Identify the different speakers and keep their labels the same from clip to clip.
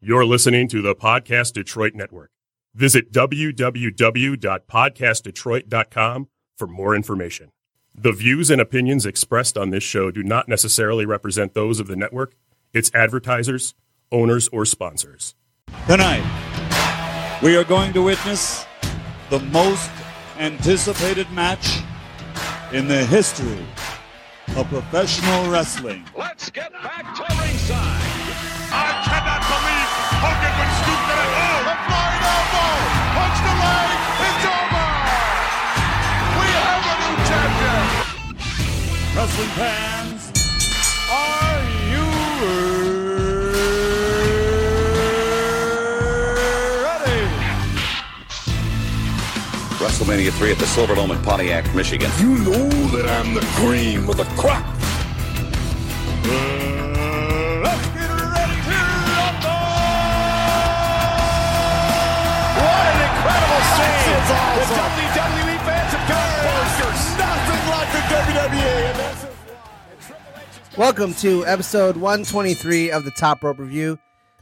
Speaker 1: You're listening to the Podcast Detroit Network. Visit www.podcastdetroit.com for more information. The views and opinions expressed on this show do not necessarily represent those of the network, its advertisers, owners, or sponsors.
Speaker 2: Tonight, we are going to witness the most anticipated match in the history of professional wrestling.
Speaker 3: Let's get back to ringside.
Speaker 4: I cannot believe Hogan would stoop to that. Oh, the flying elbow. Punch the leg. It's over. We have a new champion.
Speaker 2: Wrestling fans, are you ready?
Speaker 5: WrestleMania 3 at the Silverdome in Pontiac, Michigan.
Speaker 6: You know that I'm the cream of the crop.
Speaker 2: Let's get ready to
Speaker 4: What an incredible scene. The WWE fans have got posters.
Speaker 6: Nothing like the WWE.
Speaker 7: Welcome to episode 123 of the Top Rope Review,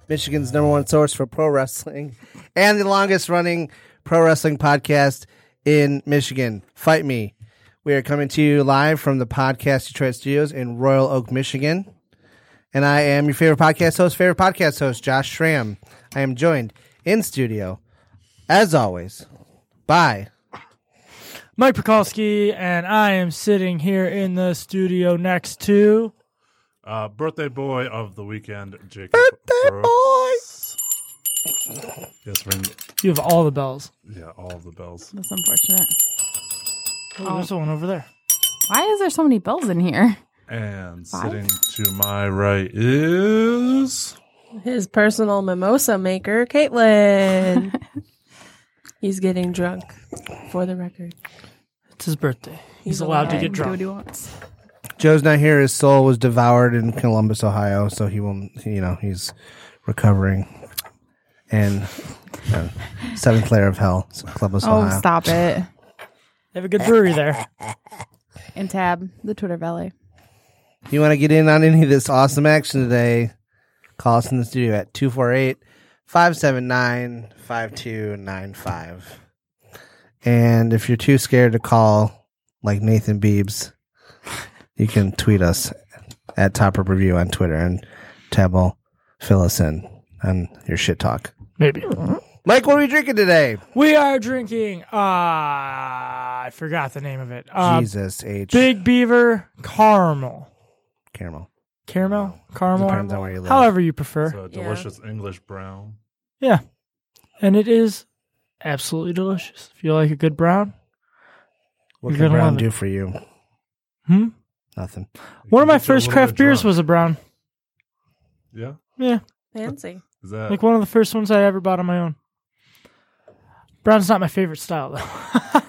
Speaker 7: Michigan's number one source for pro wrestling and the longest running pro wrestling podcast in Michigan. Fight Me. We are coming to you live from the Podcast Detroit Studios in Royal Oak, Michigan. And I am your favorite podcast host, favorite podcast host, Josh Schramm. I am joined in studio, as always, by
Speaker 8: Mike Pekulski, and I am sitting here in the studio next to.
Speaker 9: Uh, birthday boy of the weekend, Jacob. Birthday boy. Yes, ring.
Speaker 8: You have all the bells.
Speaker 9: Yeah, all of the bells.
Speaker 10: That's unfortunate.
Speaker 8: Oh, there's one over there.
Speaker 10: Why is there so many bells in here?
Speaker 9: And sitting to my right is
Speaker 11: His personal mimosa maker, Caitlin. He's getting drunk, for the record.
Speaker 8: It's his birthday. He's, allowed to
Speaker 10: Alright,
Speaker 8: get
Speaker 10: do what
Speaker 8: drunk.
Speaker 10: he wants.
Speaker 7: Joe's not here. His soul was devoured in Columbus, Ohio, so he will, you know, he's recovering. And uh, seventh layer of hell, so Columbus,
Speaker 10: Oh,
Speaker 7: Ohio.
Speaker 10: stop it.
Speaker 8: They have a good brewery there.
Speaker 10: And Tab, the Twitter valet.
Speaker 7: If you want to get in on any of this awesome action today, call us in the studio at 248 579 5295. And if you're too scared to call, like Nathan Beebs, you can tweet us at Top Rope Review on Twitter and Tab will fill us in on your shit talk.
Speaker 8: Maybe.
Speaker 7: Mike, what are we drinking today?
Speaker 8: We are drinking. Uh, I forgot the name of it. Uh,
Speaker 7: Jesus H
Speaker 8: Big Beaver Caramel.
Speaker 7: caramel.
Speaker 8: Caramel? Caramel?
Speaker 7: Depends on where you live.
Speaker 8: However you prefer.
Speaker 9: it's a delicious English brown.
Speaker 8: Yeah. And it is absolutely delicious. If you like a good brown,
Speaker 7: What
Speaker 8: You're
Speaker 7: can
Speaker 8: gonna
Speaker 7: brown
Speaker 8: love it.
Speaker 7: do for you?
Speaker 8: Hmm?
Speaker 7: Nothing.
Speaker 8: one of my
Speaker 9: Get you a
Speaker 8: first
Speaker 9: little
Speaker 8: craft
Speaker 9: bit
Speaker 8: beers
Speaker 9: drunk.
Speaker 8: was a brown.
Speaker 9: Yeah,
Speaker 8: Yeah.
Speaker 11: Fancy.
Speaker 9: is that
Speaker 8: Like one of the first ones I ever bought on my own. Brown's not my favorite style though.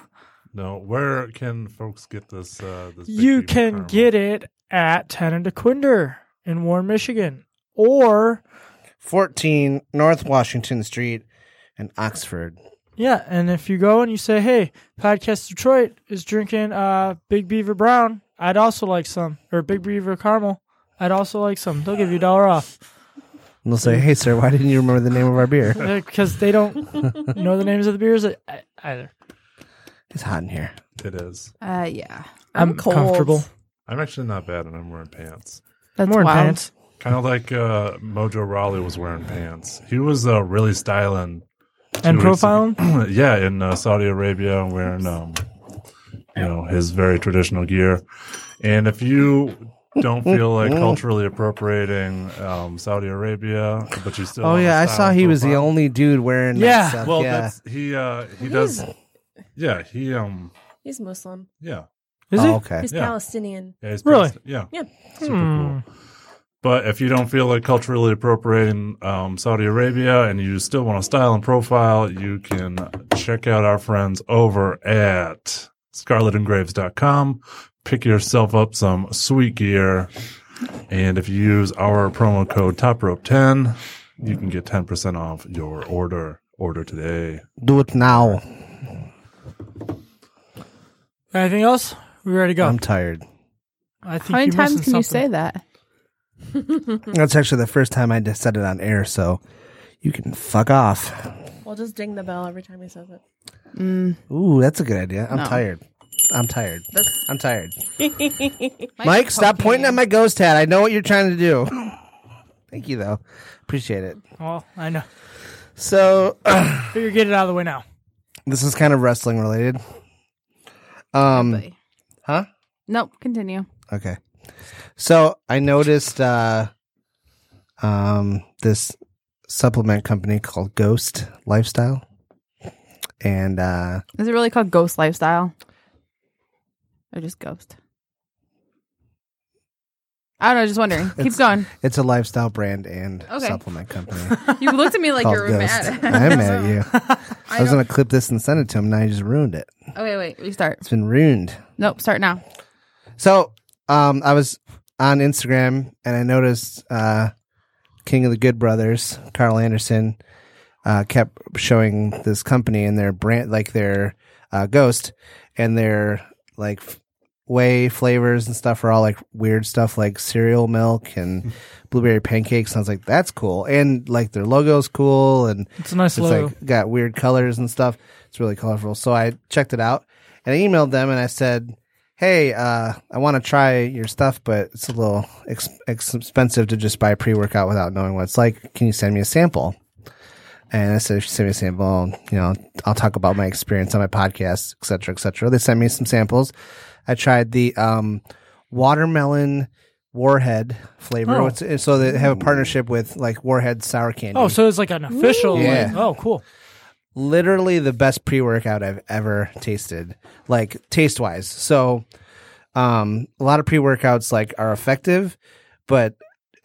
Speaker 9: no? Where can folks get this? Uh, this Big
Speaker 8: you
Speaker 9: Beaver
Speaker 8: can
Speaker 9: caramel?
Speaker 8: get it at Tenant de Quinder in Warren, Michigan. Or
Speaker 7: 14 North Washington Street in Oxford.
Speaker 8: yeah, and if you go and you say, Hey, Podcast Detroit is drinking uh Big Beaver Brown, I'd also like some. Or Big Beaver Caramel, I'd also like some. They'll give you a dollar off.
Speaker 7: And they'll say,
Speaker 8: Hmm.
Speaker 7: hey, sir, why didn't you remember the name of our beer?
Speaker 8: because they don't know the names of the beers e- either.
Speaker 7: It's hot in here.
Speaker 9: It is.
Speaker 10: Uh, yeah.
Speaker 11: I'm cold.
Speaker 8: comfortable.
Speaker 9: I'm actually not bad, and I'm wearing pants.
Speaker 10: That's
Speaker 8: More
Speaker 10: wild.
Speaker 8: pants.
Speaker 9: Kind of like uh, Mojo Raleigh was wearing pants. He was uh, really styling
Speaker 8: And
Speaker 9: two weeks ago.
Speaker 8: profiling?
Speaker 9: yeah, in uh, Saudi Arabia, wearing um, you know his very traditional gear. And if you don't feel like culturally appropriating um, Saudi Arabia, but you still
Speaker 7: Oh,
Speaker 9: wanna
Speaker 7: yeah. I
Speaker 9: style
Speaker 7: saw
Speaker 9: and
Speaker 7: he was the
Speaker 9: profile-
Speaker 7: only dude wearing that
Speaker 8: Yeah,
Speaker 7: stuff.
Speaker 9: Well,
Speaker 7: yeah.
Speaker 9: that's he. Uh, he does. Yeah, he. Um.
Speaker 11: He's Muslim.
Speaker 9: Yeah.
Speaker 8: Is
Speaker 7: Oh,
Speaker 8: it?
Speaker 7: okay.
Speaker 11: He's
Speaker 9: Yeah.
Speaker 11: Palestinian.
Speaker 9: yeah he's
Speaker 8: Really?
Speaker 9: pretty- Yeah.
Speaker 11: Yeah.
Speaker 9: Super cool. But if you don't feel like culturally appropriating um, Saudi Arabia and you still want to style and profile, you can check out our friends over at scarletandgraves.com. Pick yourself up some sweet gear. And if you use our promo code TOPROPE10, you can get 10% off your order. Order today.
Speaker 7: Do it now.
Speaker 8: Anything else? We ready to go?
Speaker 7: I'm tired.
Speaker 8: I think
Speaker 10: How many
Speaker 8: you're missing
Speaker 10: times can you
Speaker 8: something.
Speaker 10: say that?
Speaker 8: Hmm.
Speaker 7: That's actually the first time I just said it on air, so you can fuck off.
Speaker 11: We'll just ding the bell every time he says it.
Speaker 7: Ooh, that's a good idea. I'm
Speaker 11: No.
Speaker 7: tired. I'm tired. I'm tired.
Speaker 11: Mike,
Speaker 7: Mike, stop pointing at my ghost hat. I know what you're trying to do. Thank you, though. Appreciate it.
Speaker 8: Well, I know.
Speaker 7: So,
Speaker 8: figure get it out of the way now.
Speaker 7: This is kind of wrestling related. Um, huh?
Speaker 10: Nope. Continue.
Speaker 7: Okay. So I noticed uh, um, this supplement company called Ghost Lifestyle, and uh,
Speaker 10: Is it really called Ghost Lifestyle? Or just Ghost? I don't know. Just wondering. Keep
Speaker 7: It's-
Speaker 10: going.
Speaker 7: it's a lifestyle brand and
Speaker 10: Okay.
Speaker 7: supplement company.
Speaker 10: You looked at me like you
Speaker 7: called
Speaker 10: were
Speaker 7: Ghost.
Speaker 10: mad.
Speaker 7: I'm mad at you.
Speaker 10: I
Speaker 7: I was
Speaker 10: don't-
Speaker 7: going to clip this and send it to him. Now you just ruined it.
Speaker 10: Okay, wait. Restart.
Speaker 7: It's been ruined.
Speaker 10: Nope. Start now.
Speaker 7: So um, I was on Instagram and I noticed uh, King of the Good Brothers, Carl Anderson, uh, kept showing this company and their brand, like their uh, ghost and their like f- whey flavors and stuff are all like weird stuff like cereal milk and blueberry pancakes. And I was like, that's cool. And like their logo's cool and
Speaker 8: It's a nice logo.
Speaker 7: like got weird colors and stuff. It's really colorful. So I checked it out and I emailed them and I said, Hey, uh, I want to try your stuff, but it's a little ex- ex- expensive to just buy pre workout without knowing what it's like. Can you send me a sample? And I said, if you send me a sample, you know, I'll talk about my experience on my podcast, et cetera, et cetera. They sent me some samples. I tried the um, watermelon warhead flavor.
Speaker 8: Oh.
Speaker 7: It's- So they have a partnership with like Warhead Sour Candy
Speaker 8: Oh, so it's like an official. like-
Speaker 7: Yeah.
Speaker 8: oh, cool.
Speaker 7: literally the best pre workout I've ever tasted, like taste wise. So, um, a lot of pre workouts like are effective, but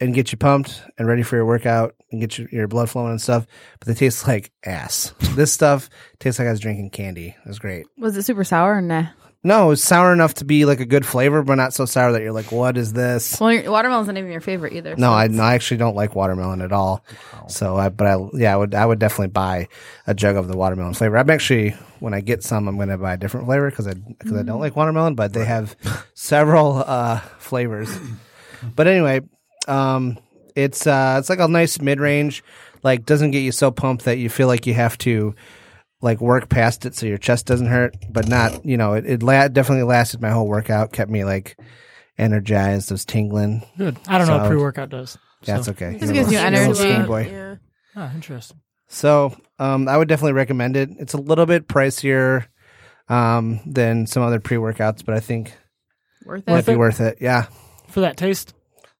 Speaker 7: and get you pumped and ready for your workout and get your, your blood flowing and stuff. But they taste like ass. this stuff tastes like I was drinking candy. It was great.
Speaker 10: Was it super sour or nah?
Speaker 7: No, it was sour enough to be like a good flavor, but not so sour that you're like, what is this?
Speaker 10: Well, your, watermelon's not even your favorite either.
Speaker 7: No,
Speaker 10: so
Speaker 7: I,
Speaker 10: it's-
Speaker 7: no, I actually don't like watermelon at all. So, I, but I, yeah, I would, I would definitely buy a jug of the watermelon flavor. I'm actually, when I get some, I'm going to buy a different flavor because I, because I don't like watermelon, but they have several uh, flavors. but anyway, um, it's, uh, it's like a nice mid range, like doesn't get you so pumped that you feel like you have to, like work past it so your chest doesn't hurt, but not, you know, it, it la- definitely lasted my whole workout, kept me like energized, was tingling.
Speaker 8: Good. I don't know what
Speaker 7: So-
Speaker 8: pre-workout does.
Speaker 7: Yeah, it's
Speaker 8: so-
Speaker 7: okay.
Speaker 8: Just
Speaker 7: You're
Speaker 8: gives
Speaker 7: a
Speaker 8: you
Speaker 7: little- you're a little
Speaker 8: energy.
Speaker 7: skinny boy.
Speaker 8: Yeah. Ah, interesting.
Speaker 7: So um, I would definitely recommend it. It's a little bit pricier um, than some other pre workouts, but I think
Speaker 10: Worth
Speaker 7: might
Speaker 8: it?
Speaker 7: be worth it. Yeah,
Speaker 8: For that taste.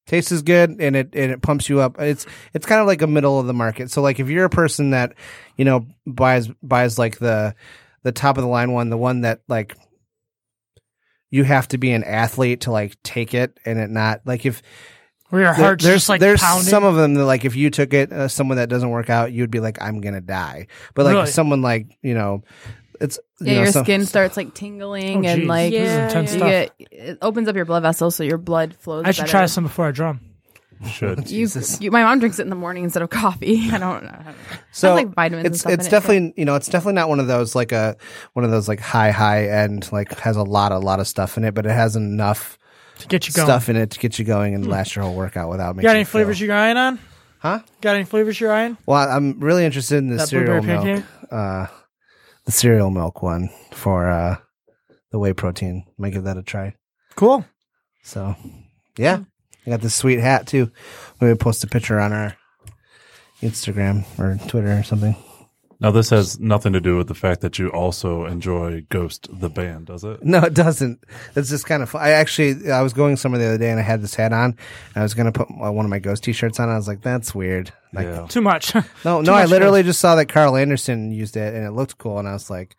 Speaker 7: taste is good and it and it pumps you up. It's it's kind of like a middle of the market. So like if you're a person that you know buys buys like the the top of the line one, the one that like you have to be an athlete to like take it and it not like if
Speaker 8: Where your
Speaker 7: there-
Speaker 8: heart's
Speaker 7: there's,
Speaker 8: just, like,
Speaker 7: there's
Speaker 8: pounding?
Speaker 7: some of them that like if you took it uh, someone that doesn't work out you'd be like I'm gonna die but like
Speaker 10: Really?
Speaker 7: someone like you know it's
Speaker 10: Yeah,
Speaker 7: you know,
Speaker 10: your
Speaker 7: some-
Speaker 10: skin starts like tingling
Speaker 8: Oh,
Speaker 10: and
Speaker 8: geez.
Speaker 10: like
Speaker 8: This is Yeah, intense
Speaker 10: you
Speaker 8: stuff.
Speaker 10: get it opens up your blood vessels so your blood flows.
Speaker 8: I should
Speaker 10: better.
Speaker 8: try some before I drum.
Speaker 9: should.
Speaker 10: You, you, my mom drinks it in the morning instead of coffee. I don't know. I don't know.
Speaker 7: so
Speaker 10: It has, like vitamins. and
Speaker 7: it's
Speaker 10: stuff
Speaker 7: it's
Speaker 10: in it,
Speaker 7: definitely you know it's definitely not one of those like a one of those like high high end like has a lot a lot of stuff in it but it has enough
Speaker 8: to get you going.
Speaker 7: stuff in it to get you going and last your whole workout without making
Speaker 8: Hmm. Got any
Speaker 7: you feel-
Speaker 8: flavors you're eyeing on?
Speaker 7: Huh?
Speaker 8: Got any flavors you're eyeing?
Speaker 7: Well, I'm really interested in the
Speaker 8: That
Speaker 7: cereal milk,
Speaker 8: blueberry pancake?
Speaker 7: uh, the cereal milk one for uh, the whey protein. Might give that a try.
Speaker 8: Cool.
Speaker 7: So, yeah, I got this sweet hat too. Maybe post a picture on our Instagram or Twitter or something.
Speaker 9: Now, this has nothing to do with the fact that you also enjoy Ghost the band, does it?
Speaker 7: No, it doesn't. It's just kind of. Fun. I actually, I was going somewhere the other day and I had this hat on. And I was gonna put my- one of my ghost T-shirts on. I was like, that's weird. Like,
Speaker 8: Too much.
Speaker 7: No, no, I literally just saw that Carl Anderson used it and it looked cool, and I was like,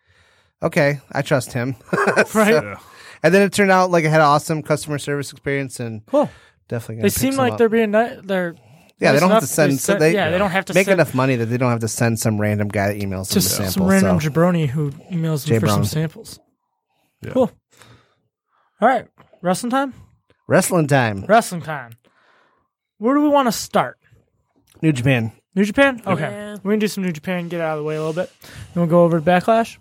Speaker 7: okay, I trust him. right.
Speaker 8: Yeah.
Speaker 7: And then it turned out like I had an awesome customer service experience and
Speaker 8: cool.
Speaker 7: definitely. gonna
Speaker 8: They
Speaker 7: pick
Speaker 8: seem
Speaker 7: some
Speaker 8: like
Speaker 7: up.
Speaker 8: they're being ni- they're
Speaker 7: yeah, they
Speaker 8: nice
Speaker 7: don't have
Speaker 8: enough
Speaker 7: to send. so
Speaker 8: send-
Speaker 7: they,
Speaker 8: yeah, they don't have to
Speaker 7: make
Speaker 8: send
Speaker 7: enough money that they don't have to send some random guy that emails them
Speaker 8: to
Speaker 7: a
Speaker 8: some,
Speaker 7: sample.
Speaker 8: random
Speaker 7: so.
Speaker 8: jabroni who emails them
Speaker 7: Jay
Speaker 8: for
Speaker 7: Brown.
Speaker 8: some samples. Cool. All right, wrestling time.
Speaker 7: Wrestling time,
Speaker 8: Wrestling time. Where do we want to start?
Speaker 7: New Japan.
Speaker 8: New Japan. Okay,
Speaker 7: Yeah.
Speaker 8: we can do some New Japan. Get out of the way a little bit. Then we'll go over to Backlash.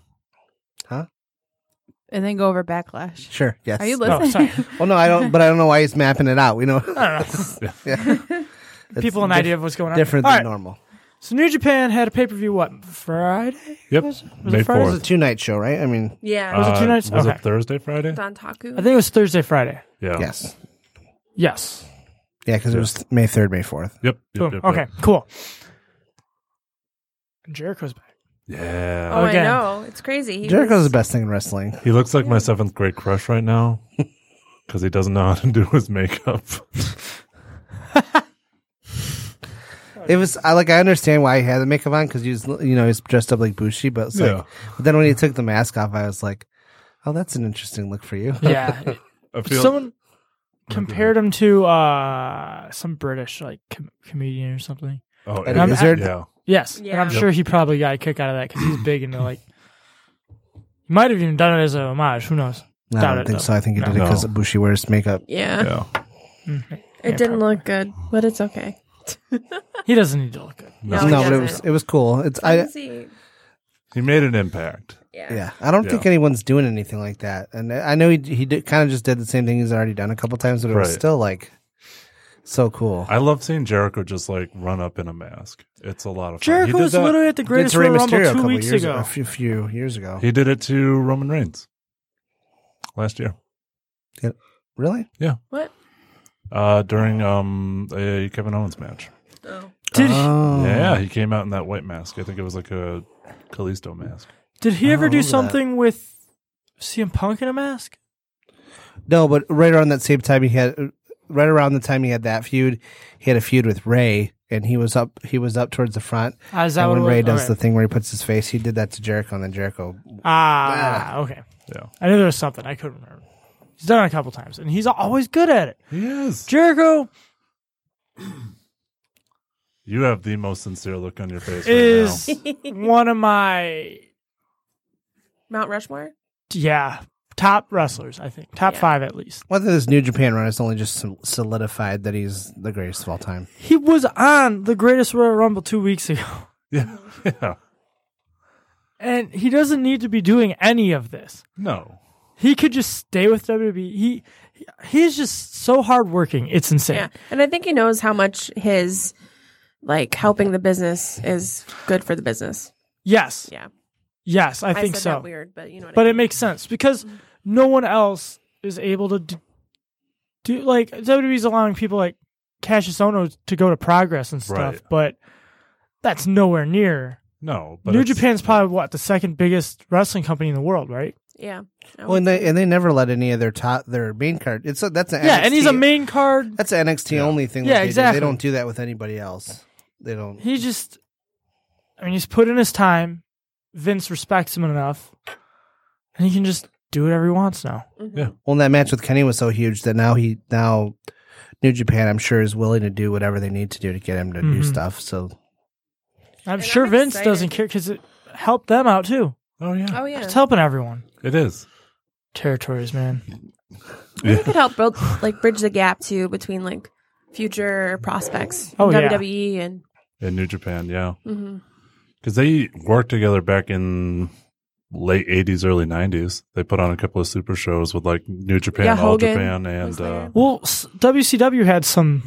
Speaker 10: And then go over backlash.
Speaker 7: Sure. Yes.
Speaker 10: Are you
Speaker 8: Oh,
Speaker 10: listening?
Speaker 7: well, no, I don't. But I don't know why he's mapping it out. We know.
Speaker 8: I don't know.
Speaker 7: yeah.
Speaker 8: People
Speaker 7: It's
Speaker 8: an idea of what's going on.
Speaker 7: Different
Speaker 8: All
Speaker 7: than
Speaker 8: right.
Speaker 7: normal.
Speaker 8: So New Japan had a pay per view what Friday?
Speaker 9: Yep.
Speaker 8: Was it? Was
Speaker 9: May
Speaker 8: it Friday?
Speaker 7: It was a two night show, right? I mean,
Speaker 11: Yeah.
Speaker 8: Was it two nights?
Speaker 9: Uh, Was
Speaker 8: Okay.
Speaker 9: it Thursday, Friday?
Speaker 11: Dontaku.
Speaker 8: Uh, I think it was Thursday, Friday.
Speaker 9: Yeah.
Speaker 7: Yes.
Speaker 8: Yes.
Speaker 7: yeah, because it was May third, May fourth.
Speaker 9: Yep.
Speaker 8: Boom. okay. Cool. Jericho's back.
Speaker 9: Yeah.
Speaker 11: Oh,
Speaker 8: Again.
Speaker 11: I know. It's crazy. He
Speaker 7: Jericho's
Speaker 11: was-
Speaker 7: the best thing in wrestling.
Speaker 9: He looks like my seventh grade crush right now because he doesn't know how to do his makeup.
Speaker 7: It was I like I understand why he had the makeup on because he was you know he's dressed up like Bushi, but it's
Speaker 9: Yeah.
Speaker 7: like but then when he took the mask off, I was like, oh, that's an interesting look for you.
Speaker 8: Yeah.
Speaker 9: I feel
Speaker 8: Someone
Speaker 7: Oh
Speaker 8: compared him to uh, some British like com- comedian or something.
Speaker 9: Oh,
Speaker 7: And
Speaker 8: I'm-
Speaker 7: Izzard?
Speaker 9: yeah.
Speaker 8: Yes, and
Speaker 11: Yeah.
Speaker 8: I'm sure he probably got a kick out of that because he's big into like. He might have even done it as a homage. Who knows?
Speaker 7: I
Speaker 8: Doubt
Speaker 7: don't
Speaker 8: it,
Speaker 7: think
Speaker 8: though.
Speaker 7: so. I think he did it
Speaker 9: No.
Speaker 7: because Bushi wears makeup.
Speaker 11: Yeah.
Speaker 9: Yeah.
Speaker 8: Mm.
Speaker 11: It didn't look good, but it's okay.
Speaker 8: He doesn't need to look good.
Speaker 7: No,
Speaker 11: No, he
Speaker 7: but it
Speaker 11: doesn't.
Speaker 7: was it was cool. It's I
Speaker 11: Easy.
Speaker 9: He made an impact.
Speaker 11: Yeah.
Speaker 7: yeah. I don't
Speaker 9: Yeah.
Speaker 7: think anyone's doing anything like that, and I know he he did, kind of just did the same thing he's already done a couple times, but it was
Speaker 9: Right.
Speaker 7: still like so cool.
Speaker 9: I love seeing Jericho just like run up in a mask. It's a lot of fun. He
Speaker 8: Jericho
Speaker 9: did
Speaker 8: was
Speaker 9: that-
Speaker 8: literally at the
Speaker 7: Did
Speaker 8: Greatest
Speaker 7: to Rey
Speaker 8: Royal Rumble
Speaker 7: Mysterio a
Speaker 8: two
Speaker 7: couple
Speaker 8: weeks
Speaker 7: years
Speaker 8: ago.
Speaker 7: a few, few years ago.
Speaker 9: He did it to Roman Reigns last year.
Speaker 7: Really?
Speaker 11: What?
Speaker 9: Uh, during um a Kevin Owens match.
Speaker 11: Oh.
Speaker 8: Did he,
Speaker 7: Oh.
Speaker 9: Yeah, he came out in that white mask. I think it was like a Callisto mask.
Speaker 8: did he
Speaker 7: I
Speaker 8: ever
Speaker 7: don't
Speaker 8: do
Speaker 7: remember that.
Speaker 8: something with CM Punk in a mask?
Speaker 7: No, but right around that same time he had, right around the time he had that feud, he had a feud with Ray, and he was up, he was up towards the front.
Speaker 8: Ah, is that
Speaker 7: and
Speaker 8: what
Speaker 7: when
Speaker 8: it was?
Speaker 7: Ray does
Speaker 8: Okay.
Speaker 7: the thing where he puts his face, he did that to Jericho, and then Jericho.
Speaker 8: Ah, okay.
Speaker 9: Yeah.
Speaker 8: I knew there was something I couldn't remember. He's done it a couple times, and he's always good at it.
Speaker 9: He is.
Speaker 8: Jericho
Speaker 9: You have the most sincere look on your face
Speaker 8: is
Speaker 9: right
Speaker 8: one of my
Speaker 11: Mount Rushmore?
Speaker 8: yeah top wrestlers. I think top
Speaker 11: Yeah.
Speaker 8: five at least.
Speaker 7: Whether this New Japan run has only just sol- solidified that he's the greatest of all time.
Speaker 8: He was on the Greatest Royal Rumble two weeks ago,
Speaker 9: now. Yeah. Yeah.
Speaker 8: and he doesn't need to be doing any of this.
Speaker 9: No.
Speaker 8: He could just stay with WWE. He he- he's just so hardworking. It's insane.
Speaker 11: Yeah. And I think he knows how much his like helping the business is good for the business.
Speaker 8: Yes,
Speaker 11: Yeah.
Speaker 8: yes, I, think
Speaker 11: said
Speaker 8: so.
Speaker 11: that weird, but you know what
Speaker 8: but
Speaker 11: I
Speaker 8: it makes sense because no one else is able to do, do like WWE's allowing people like Cassius Ono to go to Progress and stuff,
Speaker 9: Right.
Speaker 8: but that's nowhere near.
Speaker 9: No. But
Speaker 8: New
Speaker 9: it's-
Speaker 8: Japan's probably what the second biggest wrestling company in the world, right?
Speaker 11: Yeah. I
Speaker 7: Well, and
Speaker 11: would
Speaker 7: they and they never let any of their top their main card. It's a, that's an
Speaker 8: Yeah,
Speaker 7: NXT,
Speaker 8: and he's a main card.
Speaker 7: That's an NXT only thing.
Speaker 8: Yeah,
Speaker 7: that they do.
Speaker 8: exactly.
Speaker 7: They don't do that with anybody else. They don't.
Speaker 8: He just, I mean, he's put in his time. Vince respects him enough, and he can just do whatever he wants now.
Speaker 7: Well, that match with Kenny was so huge that now he now New Japan, I'm sure, is willing to do whatever they need to do to get him to do
Speaker 8: Mhm.
Speaker 7: stuff. So
Speaker 8: I'm
Speaker 11: And
Speaker 8: sure
Speaker 11: I'm
Speaker 8: Vince
Speaker 11: excited.
Speaker 8: doesn't care because it helped them out too.
Speaker 9: Oh, yeah.
Speaker 11: Oh yeah.
Speaker 8: It's helping everyone.
Speaker 9: It is.
Speaker 8: Territories, man.
Speaker 11: I think it could help build like bridge the gap too between like future prospects in
Speaker 8: Oh, yeah.
Speaker 11: WWE and
Speaker 9: In New Japan, yeah.
Speaker 11: mhm.
Speaker 9: Because they worked together back in late 80s, early 90s. They put on a couple of super shows with like New Japan,
Speaker 11: Yeah,
Speaker 9: All
Speaker 11: Hogan
Speaker 9: Japan,
Speaker 11: was
Speaker 9: and
Speaker 11: there.
Speaker 9: uh,
Speaker 8: Well, s- WCW had some.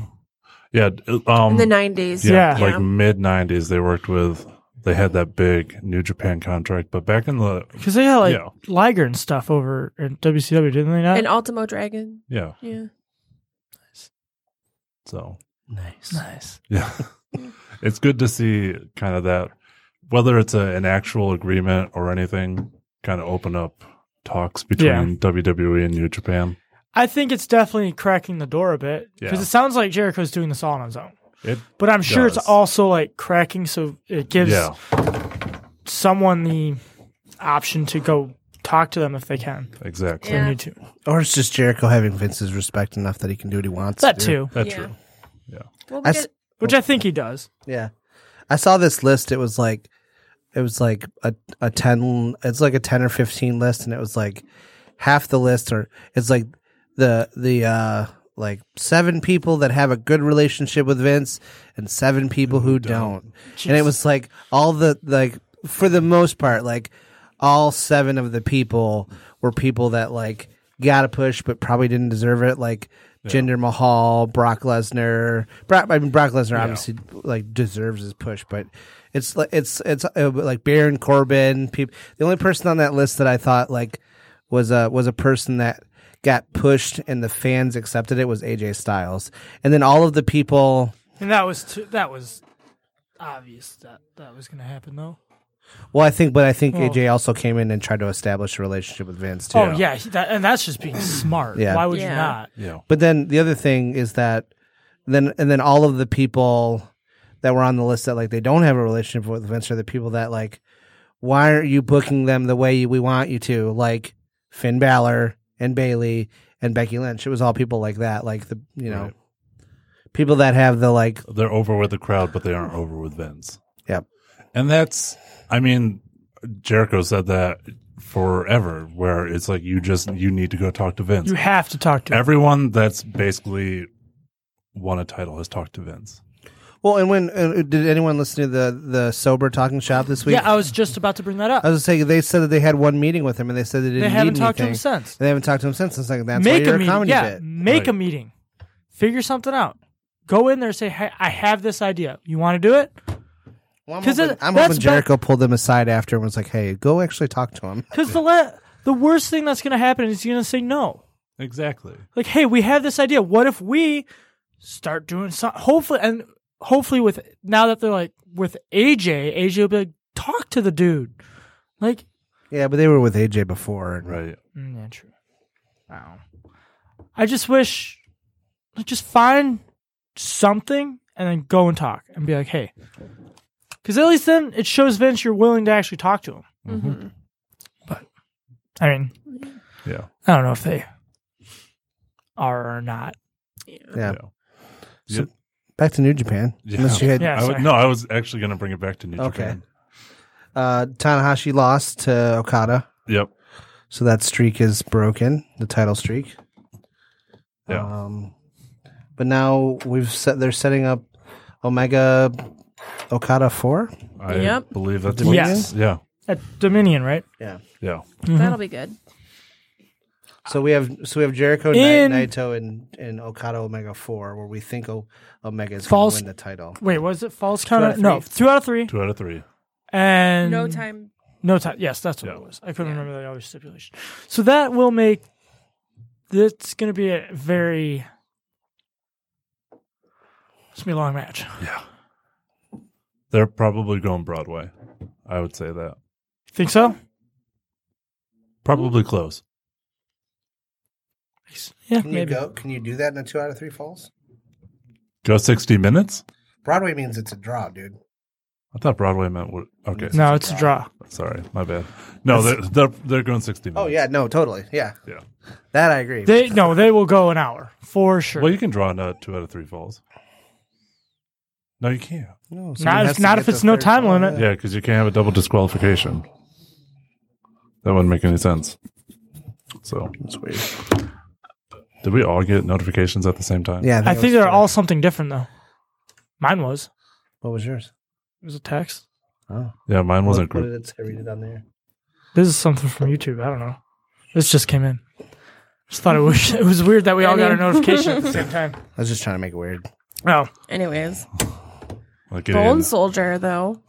Speaker 9: yeah, um,
Speaker 11: in the 90s.
Speaker 9: yeah,
Speaker 8: Yeah.
Speaker 9: like mid 90s. They worked with, they had that big New Japan contract. But back in the,
Speaker 8: Because they had like
Speaker 9: Yeah.
Speaker 8: Liger and stuff over at WCW, didn't they? Not?
Speaker 11: And Ultimo Dragon.
Speaker 9: yeah,
Speaker 11: Yeah.
Speaker 9: so
Speaker 7: nice.
Speaker 8: nice.
Speaker 9: yeah, it's good to see kind of that, whether it's a, an actual agreement or anything, kind of open up talks between
Speaker 8: Yeah.
Speaker 9: WWE and New Japan.
Speaker 8: I think it's definitely cracking the door a bit because
Speaker 9: Yeah.
Speaker 8: it sounds like Jericho's doing this all on his own.
Speaker 9: It
Speaker 8: But I'm sure it's
Speaker 9: does.
Speaker 8: also like cracking, so it gives
Speaker 9: yeah,
Speaker 8: someone the option to go talk to them if they can.
Speaker 9: exactly.
Speaker 8: They
Speaker 11: Yeah.
Speaker 8: need to.
Speaker 7: Or it's just Jericho having Vince's respect enough that he can do what he wants.
Speaker 8: That
Speaker 7: to do.
Speaker 8: too,
Speaker 9: That's
Speaker 11: Yeah.
Speaker 9: Uh, true.
Speaker 11: Well,
Speaker 7: I
Speaker 11: we
Speaker 7: s-
Speaker 11: get,
Speaker 8: which I think he does.
Speaker 7: Yeah, I saw this list. It was like, it was like a a ten. It's like a ten or fifteen list, and it was like half the list, or it's like the the uh like seven people that have a good relationship with Vince, and seven people who don't. And it was like all the like for the most part, like all seven of the people were people that like got a push but probably didn't deserve it. Like Jinder Mahal, Brock Lesnar. Brock, I mean, Brock Lesnar obviously like deserves his push, but it's like it's it's uh, like Baron Corbin. People, the only person on that list that I thought like was a was a person that got pushed and the fans accepted it was AJ Styles, and then all of the people.
Speaker 8: And that was too, that was obvious that that was going to happen though.
Speaker 7: Well, I think, but I think
Speaker 8: Well-
Speaker 7: AJ also came in and tried to establish a relationship with Vince too.
Speaker 8: Oh yeah, he- that, and that's just being smart.
Speaker 7: Yeah.
Speaker 8: Why would you
Speaker 7: Yeah.
Speaker 8: not?
Speaker 7: But then the other thing is that then and then all of the people that were on the list that like they don't have a relationship with Vince are the people that like why aren't you booking them the way we want you to like Finn Balor and Bailey and Becky Lynch. It was all people like that, like the you know people that have the like
Speaker 9: they're over with the crowd, but they aren't over with Vince.
Speaker 7: Yep.
Speaker 9: And that's, I mean, Jericho said that forever, where it's like you just you need to go talk to Vince.
Speaker 8: You have to talk to him.
Speaker 9: everyone that's basically won a title has talked to Vince.
Speaker 7: Well, and when uh, did anyone listen to the the sober talking shop this week?
Speaker 8: Yeah, uh, I was just about to bring that up.
Speaker 7: I was saying they said that they had one meeting with him, and they said they didn't.
Speaker 8: haven't
Speaker 7: need
Speaker 8: talked to him
Speaker 7: anything.
Speaker 8: since.
Speaker 7: They haven't talked to him since. It's like that's
Speaker 8: make
Speaker 7: why you're
Speaker 8: a
Speaker 7: a,
Speaker 8: meeting.
Speaker 7: comedy
Speaker 8: yeah,
Speaker 7: bit.
Speaker 8: make a meeting. Figure something out. Go in there and say, "Hey, I have this idea. You want to do it?"
Speaker 7: I'm
Speaker 8: 'Cause
Speaker 7: hoping,
Speaker 8: it-
Speaker 7: I'm
Speaker 8: that's
Speaker 7: hoping Jericho pulled them aside after and was like, "Hey, go actually talk to him."
Speaker 8: Because the la- the worst thing that's going to happen is you're going to say no.
Speaker 9: Exactly.
Speaker 8: Like, hey, we have this idea. What if we start doing something? Hopefully, and hopefully with now that they're like with AJ, AJ will be like, talk to the dude. Like,
Speaker 7: Yeah, but they were with AJ before, and
Speaker 9: right?
Speaker 8: Mm, yeah, true. Wow. I just wish, like, just find something and then go and talk and be like, hey, because at least then it shows Vince you're willing to actually talk to him.
Speaker 11: Mhm.
Speaker 8: But I mean,
Speaker 9: Yeah.
Speaker 8: I don't know if they are or not.
Speaker 7: Yeah. So,
Speaker 9: Yeah.
Speaker 7: back to New Japan. Unless you had-
Speaker 9: I would, no, I was actually going to bring it back to New
Speaker 7: Okay.
Speaker 9: Japan.
Speaker 7: Uh, Tanahashi lost to Okada.
Speaker 9: Yep.
Speaker 7: So that streak is broken, the title streak.
Speaker 9: Yeah.
Speaker 7: Um, but now we've set. They're setting up Omega Okada four.
Speaker 9: I
Speaker 11: Yep.
Speaker 9: believe that's
Speaker 7: Dominion?
Speaker 9: what's- Yeah.
Speaker 8: At Dominion, right?
Speaker 7: Yeah.
Speaker 9: Yeah.
Speaker 11: That'll be good.
Speaker 7: So we have so we have Jericho,
Speaker 8: In-
Speaker 7: Nai- Naito, and, and Okada Omega four, where we think o- Omega is going to
Speaker 8: False-
Speaker 7: win the title.
Speaker 8: Wait, was it false
Speaker 7: out
Speaker 8: count?
Speaker 7: of
Speaker 8: No, two out of three.
Speaker 9: Two out of three.
Speaker 8: And
Speaker 11: No time.
Speaker 8: No time. Yes, that's what it was. I couldn't remember the other stipulation. So that will make that's going to be a very it's gonna be a long match.
Speaker 9: Yeah. They're probably going Broadway. I would say that.
Speaker 8: Think so?
Speaker 9: Probably close.
Speaker 8: Yeah,
Speaker 7: Can
Speaker 8: maybe.
Speaker 7: you go? Can you do that in a two out of three falls?
Speaker 9: Go 60 minutes?
Speaker 7: Broadway means it's a draw, dude.
Speaker 9: I thought Broadway meant what? Okay.
Speaker 8: No, it's a draw.
Speaker 9: Sorry, my bad. No, they're, they're they're going 60 minutes.
Speaker 7: Oh yeah, no, totally, yeah,
Speaker 9: Yeah.
Speaker 7: That I agree.
Speaker 8: They no, they will go an hour for sure.
Speaker 9: Well, you can draw a two out of three falls. No, you can't.
Speaker 7: no,
Speaker 8: not if, not if it's no time limit.
Speaker 9: Yeah, because you can't have a double disqualification. That wouldn't make any sense. So
Speaker 7: That's weird.
Speaker 9: Did we all get notifications at the same time?
Speaker 7: Yeah,
Speaker 8: I think they're all something different though. Mine was.
Speaker 7: What was yours?
Speaker 8: It was a text.
Speaker 7: Oh,
Speaker 9: Yeah, mine wasn't
Speaker 7: What, what
Speaker 9: group.
Speaker 7: did it say? Read it on there.
Speaker 8: This is something from YouTube. I don't know. This just came in. Just thought it was it was weird that we all got a notification at the same time.
Speaker 7: I was just trying to make it weird.
Speaker 8: Oh,
Speaker 11: Anyways,
Speaker 9: Like it
Speaker 11: Bone
Speaker 9: in-
Speaker 11: Soldier though,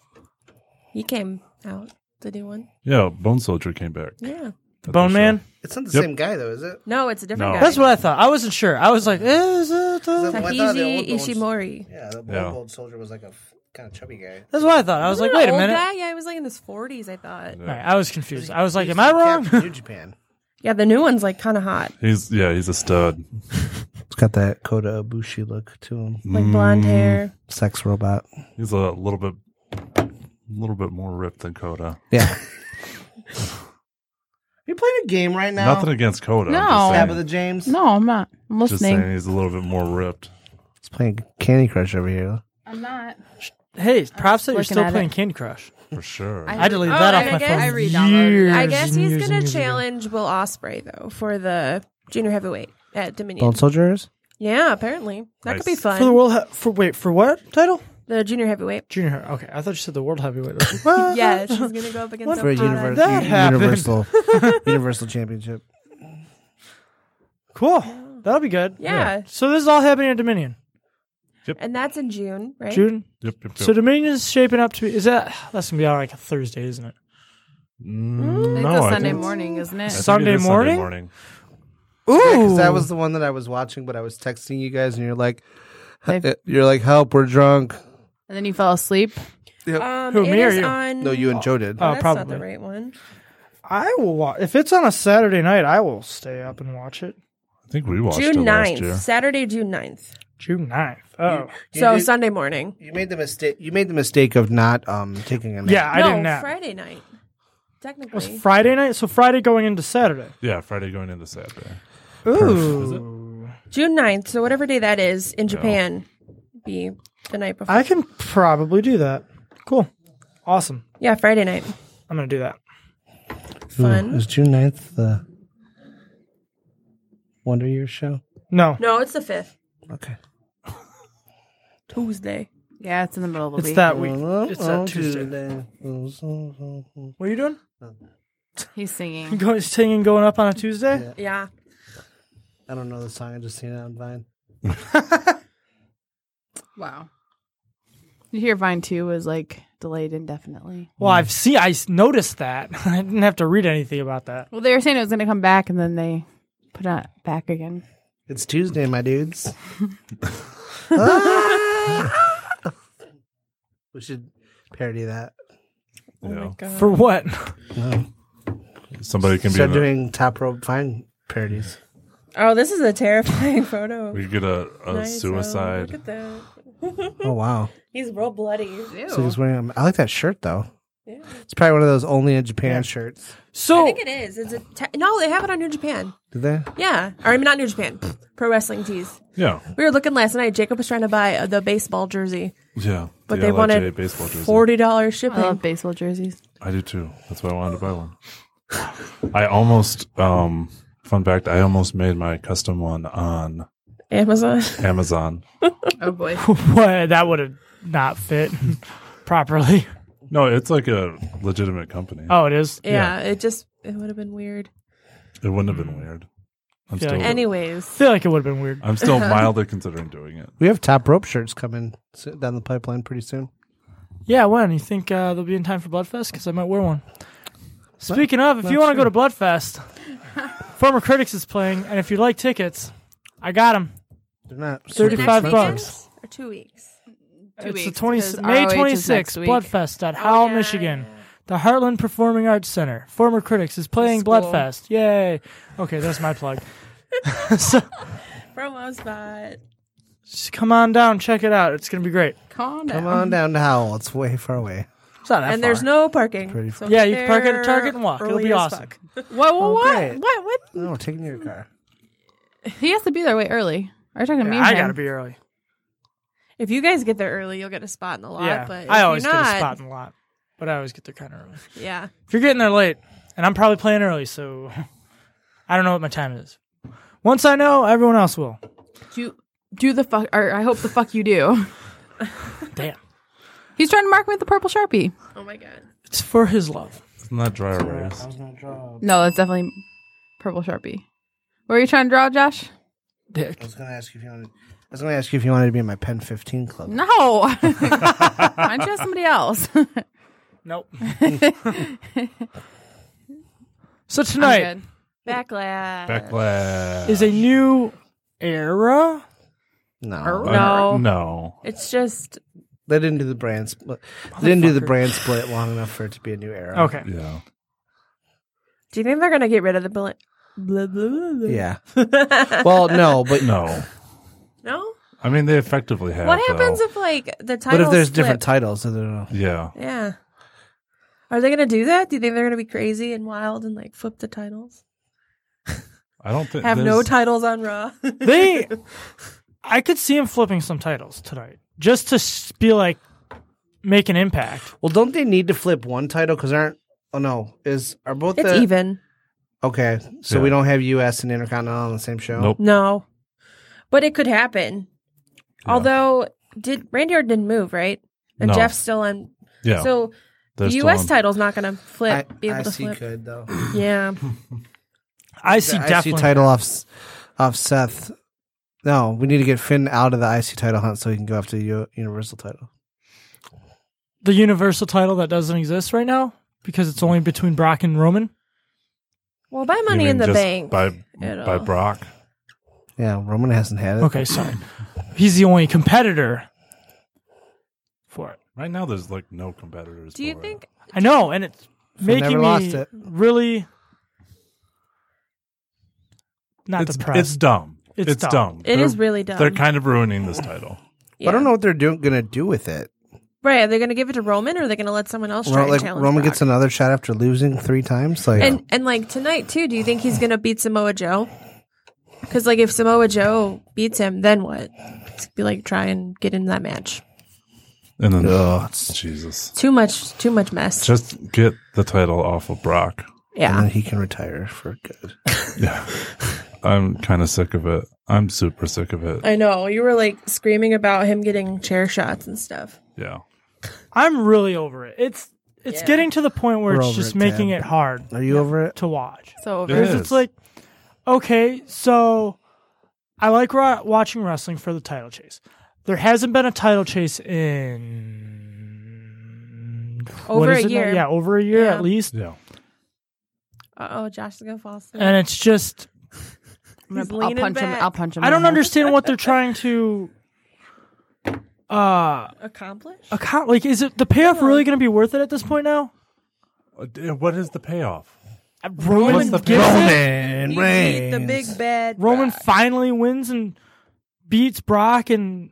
Speaker 11: he came out to do one.
Speaker 9: yeah, Bone Soldier came back.
Speaker 11: Yeah.
Speaker 9: the
Speaker 8: Bone
Speaker 9: show.
Speaker 8: Man.
Speaker 7: It's not the
Speaker 9: Yep.
Speaker 7: same guy though, is it?
Speaker 11: No, it's a different
Speaker 9: No.
Speaker 11: guy.
Speaker 8: That's what I thought. I wasn't sure. I was like, is it? uh,
Speaker 7: Oh, I thought the old
Speaker 11: Tahiji
Speaker 7: ones-
Speaker 11: Ishimori.
Speaker 7: Yeah, the old,
Speaker 9: Yeah.
Speaker 7: old soldier was like a kind of chubby guy.
Speaker 8: That's what I thought. I was like,
Speaker 11: Wasn't
Speaker 8: wait
Speaker 11: it
Speaker 8: a
Speaker 11: an old
Speaker 8: minute.
Speaker 11: Guy? Yeah, he was like in his 40s, I thought.
Speaker 8: All right, I was confused. I was like, am I wrong?
Speaker 7: New Japan.
Speaker 11: Yeah, the new one's like kind of hot.
Speaker 9: He's yeah, he's a stud.
Speaker 7: It's got that Kota Ibushi look to him.
Speaker 11: Like blonde hair.
Speaker 7: Sex robot.
Speaker 9: He's a little bit, little bit more ripped than Coda.
Speaker 7: Yeah. you playing a game right now?
Speaker 9: Nothing against Coda.
Speaker 10: No.
Speaker 9: I'm
Speaker 7: Stab of
Speaker 9: just
Speaker 7: the
Speaker 9: saying,
Speaker 7: James.
Speaker 10: No, I'm not. I'm
Speaker 9: just saying
Speaker 10: listening.
Speaker 9: he's a little bit more ripped.
Speaker 7: He's playing Candy Crush over here.
Speaker 10: I'm not.
Speaker 8: hey, props that you're
Speaker 10: Looking
Speaker 8: still
Speaker 10: at
Speaker 8: playing
Speaker 10: it.
Speaker 8: Candy Crush.
Speaker 9: For sure.
Speaker 8: I deleted that off
Speaker 11: I
Speaker 8: my
Speaker 11: guess-
Speaker 8: phone.
Speaker 11: I
Speaker 10: redownloaded it.
Speaker 8: years
Speaker 11: I guess
Speaker 8: and
Speaker 11: he's
Speaker 8: years and
Speaker 11: going to
Speaker 8: years ago.
Speaker 11: challenge Will Osprey though, for the junior heavyweight at Dominion.
Speaker 7: Bone soldiers.
Speaker 11: Yeah, apparently. That could be
Speaker 9: Nice.
Speaker 11: fun.
Speaker 8: for the world. He- for wait, for what title?
Speaker 11: The junior heavyweight.
Speaker 8: Junior. Hero. Okay, I thought you said the world heavyweight. What?
Speaker 11: Yeah, she's going to go up against
Speaker 7: for a
Speaker 11: Okada.
Speaker 7: univer-
Speaker 8: Uh, That
Speaker 7: u-
Speaker 8: happened.
Speaker 7: universal universal championship.
Speaker 8: Cool. That'll be good.
Speaker 11: Yeah. Yeah.
Speaker 8: So this is all happening at Dominion.
Speaker 11: And that's in June, right?
Speaker 8: June.
Speaker 9: Yep, yep,
Speaker 8: So
Speaker 9: yep.
Speaker 8: Dominion is shaping up to be. Is that that's gonna be on like a Thursday, isn't it?
Speaker 11: Mm,
Speaker 7: It's
Speaker 9: Mm, no,
Speaker 7: a
Speaker 9: I think
Speaker 7: Sunday
Speaker 9: it's-
Speaker 7: morning, isn't
Speaker 9: I
Speaker 7: it?
Speaker 9: think it
Speaker 8: Sunday
Speaker 9: is
Speaker 8: morning?
Speaker 9: morning.
Speaker 6: Ooh, that was the one that I was watching, but I was texting you guys, and you're like, uh, you're like, help, we're drunk.
Speaker 7: And then you fell asleep.
Speaker 11: Um,
Speaker 8: Who,
Speaker 11: it
Speaker 8: me or
Speaker 11: is
Speaker 8: you?
Speaker 11: on-
Speaker 6: No, you and Joe did.
Speaker 8: Oh,
Speaker 11: that's not
Speaker 8: probably.
Speaker 11: the right one.
Speaker 8: I will watch. If it's on a Saturday night, I will stay up and watch it.
Speaker 9: I think we watched
Speaker 11: June
Speaker 9: it last
Speaker 11: 9th.
Speaker 9: year.
Speaker 11: Saturday, June 9th.
Speaker 8: June 9th. Oh,
Speaker 6: You
Speaker 11: so
Speaker 6: did-
Speaker 11: Sunday morning.
Speaker 6: You made the mistake. You made the mistake of not um taking a nap.
Speaker 8: yeah, I
Speaker 11: no,
Speaker 8: didn't nap.
Speaker 11: Friday night.
Speaker 8: it was
Speaker 11: Technically.
Speaker 8: Friday night, so Friday going into Saturday.
Speaker 9: Yeah, Friday going into Saturday. Is it?
Speaker 8: Ooh,
Speaker 11: June 9th. So whatever day that is in Japan, be the night before.
Speaker 8: I can probably do that. Cool, awesome.
Speaker 11: yeah, Friday night.
Speaker 8: I'm gonna do that.
Speaker 11: Fun.
Speaker 6: Was June 9th the uh, Wonder Years show?
Speaker 8: No,
Speaker 11: No, it's the 5th.
Speaker 6: Okay.
Speaker 11: Tuesday.
Speaker 7: Yeah, it's in the middle of the
Speaker 8: it's
Speaker 7: week.
Speaker 8: that week. It's that Tuesday. What are you doing?
Speaker 7: He's
Speaker 8: You
Speaker 7: singing.
Speaker 8: Going singing, going up on a Tuesday.
Speaker 11: Yeah.
Speaker 6: I don't know the song. I just seen it on Vine.
Speaker 7: Wow. You hear Vine 2 was like delayed indefinitely.
Speaker 8: Well, I've seen. I s- noticed that. I didn't have to read anything about that.
Speaker 7: Well, they were saying it was going to come back, and then they put it back again.
Speaker 6: It's Tuesday, my dudes. we should parody that.
Speaker 11: oh
Speaker 9: Yeah.
Speaker 8: For what?
Speaker 9: Somebody can be
Speaker 6: Start
Speaker 9: in the-
Speaker 6: doing top rope Vine parodies.
Speaker 11: Oh, this is a terrifying photo.
Speaker 9: We could get a, a
Speaker 11: Nice, oh,
Speaker 9: suicide.
Speaker 11: Look at that.
Speaker 6: Oh wow!
Speaker 11: He's real bloody.
Speaker 6: So he's wearing. I like that shirt though. It's probably one of those only in Japan shirts.
Speaker 11: I
Speaker 8: So
Speaker 11: think it is. Is it? Te- no, they have it on New Japan.
Speaker 6: Did they?
Speaker 11: Yeah, or I mean, not New Japan. Pro Wrestling Tees.
Speaker 9: yeah.
Speaker 11: We were looking last night. Jacob was trying to buy uh, the baseball jersey,
Speaker 9: Yeah.
Speaker 11: but
Speaker 9: The
Speaker 11: they
Speaker 9: LIJ
Speaker 11: wanted
Speaker 9: baseball jersey.
Speaker 11: forty dollars
Speaker 7: I love
Speaker 11: shipping.
Speaker 7: baseball jerseys.
Speaker 9: I do too. That's why I wanted to buy one. I almost um fun fact, I almost made my custom one on
Speaker 11: Amazon.
Speaker 9: Amazon.
Speaker 7: Oh, boy.
Speaker 8: what? That would have not fit properly.
Speaker 9: No, it's like a legitimate company.
Speaker 8: Oh, it is.
Speaker 11: Yeah, it just it would have been weird.
Speaker 9: It wouldn't have been weird. I'm
Speaker 8: Yeah.
Speaker 9: still
Speaker 8: I
Speaker 11: Anyways,
Speaker 8: feel like it would have been weird.
Speaker 9: I'm still mildly considering doing it.
Speaker 6: We have top rope shirts coming s- down the pipeline pretty soon.
Speaker 8: Yeah, when you think uh, they'll be in time for Bloodfest? Because I might wear one. Speaking of, if you want to go to Bloodfest, Former Critics is playing, and if you'd like tickets, I got them.
Speaker 6: They're not
Speaker 8: Thirty-five bucks.
Speaker 11: or two weeks.
Speaker 7: Two
Speaker 8: it's the
Speaker 7: weeks,
Speaker 8: 20,
Speaker 7: because
Speaker 8: May
Speaker 7: ROH is
Speaker 8: 26th,
Speaker 7: next week.
Speaker 8: Bloodfest at Howell, Michigan. The Heartland Performing Arts Center. Former Critics is playing
Speaker 7: school.
Speaker 8: Bloodfest. Yay. Okay, there's my plug. so
Speaker 11: Promo spot.
Speaker 8: just come on down, check it out. It's going to be great.
Speaker 7: Calm
Speaker 6: Come
Speaker 7: down.
Speaker 6: on down to Howell. It's way far away.
Speaker 8: It's not that
Speaker 11: And there's
Speaker 8: far.
Speaker 11: no parking.
Speaker 6: Pretty
Speaker 11: so
Speaker 8: Yeah, you can park at
Speaker 11: there
Speaker 8: a Target and walk. It'll
Speaker 11: early
Speaker 8: be
Speaker 11: as
Speaker 8: awesome.
Speaker 11: fuck.
Speaker 7: Whoa, whoa,
Speaker 6: Okay.
Speaker 7: what? What? What?
Speaker 6: No, we're taking your car.
Speaker 7: He has to be there way early. Are you talking to me?
Speaker 8: Yeah,
Speaker 7: or
Speaker 8: I
Speaker 7: him?
Speaker 8: got to be early.
Speaker 11: If you guys get there early, you'll get a spot in the lot.
Speaker 8: yeah.
Speaker 11: but if
Speaker 8: I always
Speaker 11: you're
Speaker 8: get
Speaker 11: not,
Speaker 8: a spot in the lot, but I always get there kind of early.
Speaker 11: Yeah,
Speaker 8: If you're getting there late, and I'm probably playing early, so I don't know what my time is. Once I know, everyone else will.
Speaker 7: Do, do the fuck, or I hope the fuck you do.
Speaker 8: Damn.
Speaker 7: He's trying to mark me with the purple sharpie.
Speaker 11: Oh my god.
Speaker 8: It's for his love.
Speaker 9: Isn't that dry erase?
Speaker 7: No, that's definitely purple sharpie. What are you trying to draw, Josh?
Speaker 8: Dick.
Speaker 6: I was gonna ask you if you wanted. I was gonna ask you if you wanted to be in my Pen 15 club.
Speaker 7: No. Aren't you somebody else?
Speaker 8: Nope. so tonight
Speaker 7: Good.
Speaker 11: Backlash.
Speaker 9: Backlash.
Speaker 8: is a new era.
Speaker 6: No,
Speaker 7: No.
Speaker 9: No.
Speaker 11: It's just
Speaker 6: they didn't do the brand split. They didn't do the brand split long enough for it to be a new era.
Speaker 8: Okay.
Speaker 9: Yeah.
Speaker 11: Do you think they're gonna get rid of the bullet? Blah, blah, blah, blah.
Speaker 6: Yeah. well, no, but
Speaker 9: No.
Speaker 11: No.
Speaker 9: I mean they effectively have
Speaker 11: What happens
Speaker 9: though.
Speaker 11: if like the title?
Speaker 6: but if there's
Speaker 11: slip?
Speaker 6: different titles, I don't know.
Speaker 9: Yeah.
Speaker 11: yeah. Are they gonna do that? Do you think they're gonna be crazy and wild and like flip the titles?
Speaker 9: I don't think
Speaker 11: Have no
Speaker 9: there's-
Speaker 11: titles on Raw.
Speaker 8: They, I could see him flipping some titles tonight just to s- be like, make an impact.
Speaker 6: Well, don't they need to flip one title? Because aren't oh no, is are both
Speaker 11: it's
Speaker 6: the,
Speaker 11: even.
Speaker 6: Okay, so
Speaker 9: Yeah.
Speaker 6: we don't have U.S. and Intercontinental on the same show.
Speaker 9: Nope.
Speaker 11: No, but it could happen.
Speaker 9: Yeah.
Speaker 11: Although, did Randy Orton didn't move right? And
Speaker 9: No.
Speaker 11: Jeff's still on.
Speaker 9: Yeah.
Speaker 11: So
Speaker 9: they're
Speaker 11: the
Speaker 9: still
Speaker 11: U.S.
Speaker 9: on-
Speaker 11: title's not gonna flip.
Speaker 6: I,
Speaker 11: be able
Speaker 6: I
Speaker 11: to
Speaker 6: see
Speaker 11: flip.
Speaker 6: could though.
Speaker 11: Yeah.
Speaker 8: I see
Speaker 6: I see
Speaker 8: definitely.
Speaker 6: title off s-
Speaker 7: off Seth. No, we need to get Finn out of the IC title hunt so he can go after the U- Universal title.
Speaker 8: The Universal title that doesn't exist right now because it's only between Brock and Roman.
Speaker 11: Well, buy Money in the Bank.
Speaker 9: by
Speaker 11: It'll-
Speaker 9: by Brock.
Speaker 7: Yeah, Roman hasn't had it.
Speaker 8: Okay, sorry. He's the only competitor for it.
Speaker 9: Right now, there's like no competitors.
Speaker 11: Do you think?
Speaker 8: I know, and it's
Speaker 11: So
Speaker 8: making
Speaker 7: never
Speaker 8: me
Speaker 7: lost it.
Speaker 8: really not
Speaker 9: it's,
Speaker 8: depressed.
Speaker 9: It's dumb.
Speaker 8: It's
Speaker 9: It's,
Speaker 8: dumb.
Speaker 9: dumb.
Speaker 11: It
Speaker 9: It is
Speaker 11: is really dumb.
Speaker 9: They're kind of ruining this title.
Speaker 7: I don't know what they're do- going to do with it.
Speaker 11: Right? Are they going to give it to Roman, or are they going to let someone else try
Speaker 7: Ro-
Speaker 11: and
Speaker 7: like
Speaker 11: challenge
Speaker 7: Roman
Speaker 11: Brock?
Speaker 7: gets another shot after losing three times. Like,
Speaker 11: And and like tonight too. Do you think he's going to beat Samoa Joe? Because like if Samoa Joe beats him, then what? It's be like try and get in that match.
Speaker 9: And then, oh,
Speaker 7: oh,
Speaker 9: Jesus.
Speaker 11: Too much. Too much mess.
Speaker 9: Just get the title off of Brock.
Speaker 11: yeah.
Speaker 7: and then he can retire for good.
Speaker 9: Yeah. I'm kind of sick of it. I'm super sick of it.
Speaker 11: I know. You were like screaming about him getting chair shots and stuff.
Speaker 9: Yeah.
Speaker 8: I'm really over it. It's it's
Speaker 11: Yeah.
Speaker 8: getting to the point where
Speaker 7: We're
Speaker 8: it's
Speaker 7: over
Speaker 8: just
Speaker 7: it,
Speaker 8: making
Speaker 7: Dad.
Speaker 8: it hard
Speaker 7: Are you over it?
Speaker 8: to watch.
Speaker 11: So
Speaker 9: It
Speaker 8: Because
Speaker 9: is.
Speaker 8: it's like, okay, so I like ro- watching wrestling for the title chase. There hasn't been a title chase in what
Speaker 11: Over
Speaker 8: is
Speaker 11: a
Speaker 8: it now?
Speaker 11: year.
Speaker 8: Yeah, over a year
Speaker 11: Yeah.
Speaker 8: at least.
Speaker 9: Yeah.
Speaker 11: Uh oh, Josh is gonna fall asleep.
Speaker 8: And it's just
Speaker 11: He's
Speaker 10: I'll
Speaker 11: leaning
Speaker 10: punch him.
Speaker 11: back.
Speaker 10: I'll punch him.
Speaker 8: I
Speaker 10: in
Speaker 8: don't
Speaker 10: the head.
Speaker 8: understand what they're trying to uh
Speaker 11: Accomplish?
Speaker 8: account like is it the payoff really going to be worth it at this point now?
Speaker 9: Uh, d- What is the payoff?
Speaker 8: Roman
Speaker 9: the
Speaker 8: gives it.
Speaker 7: Roman
Speaker 11: You beat the
Speaker 7: Reigns.
Speaker 11: big bad.
Speaker 8: Roman
Speaker 11: Brock.
Speaker 8: finally wins and beats Brock and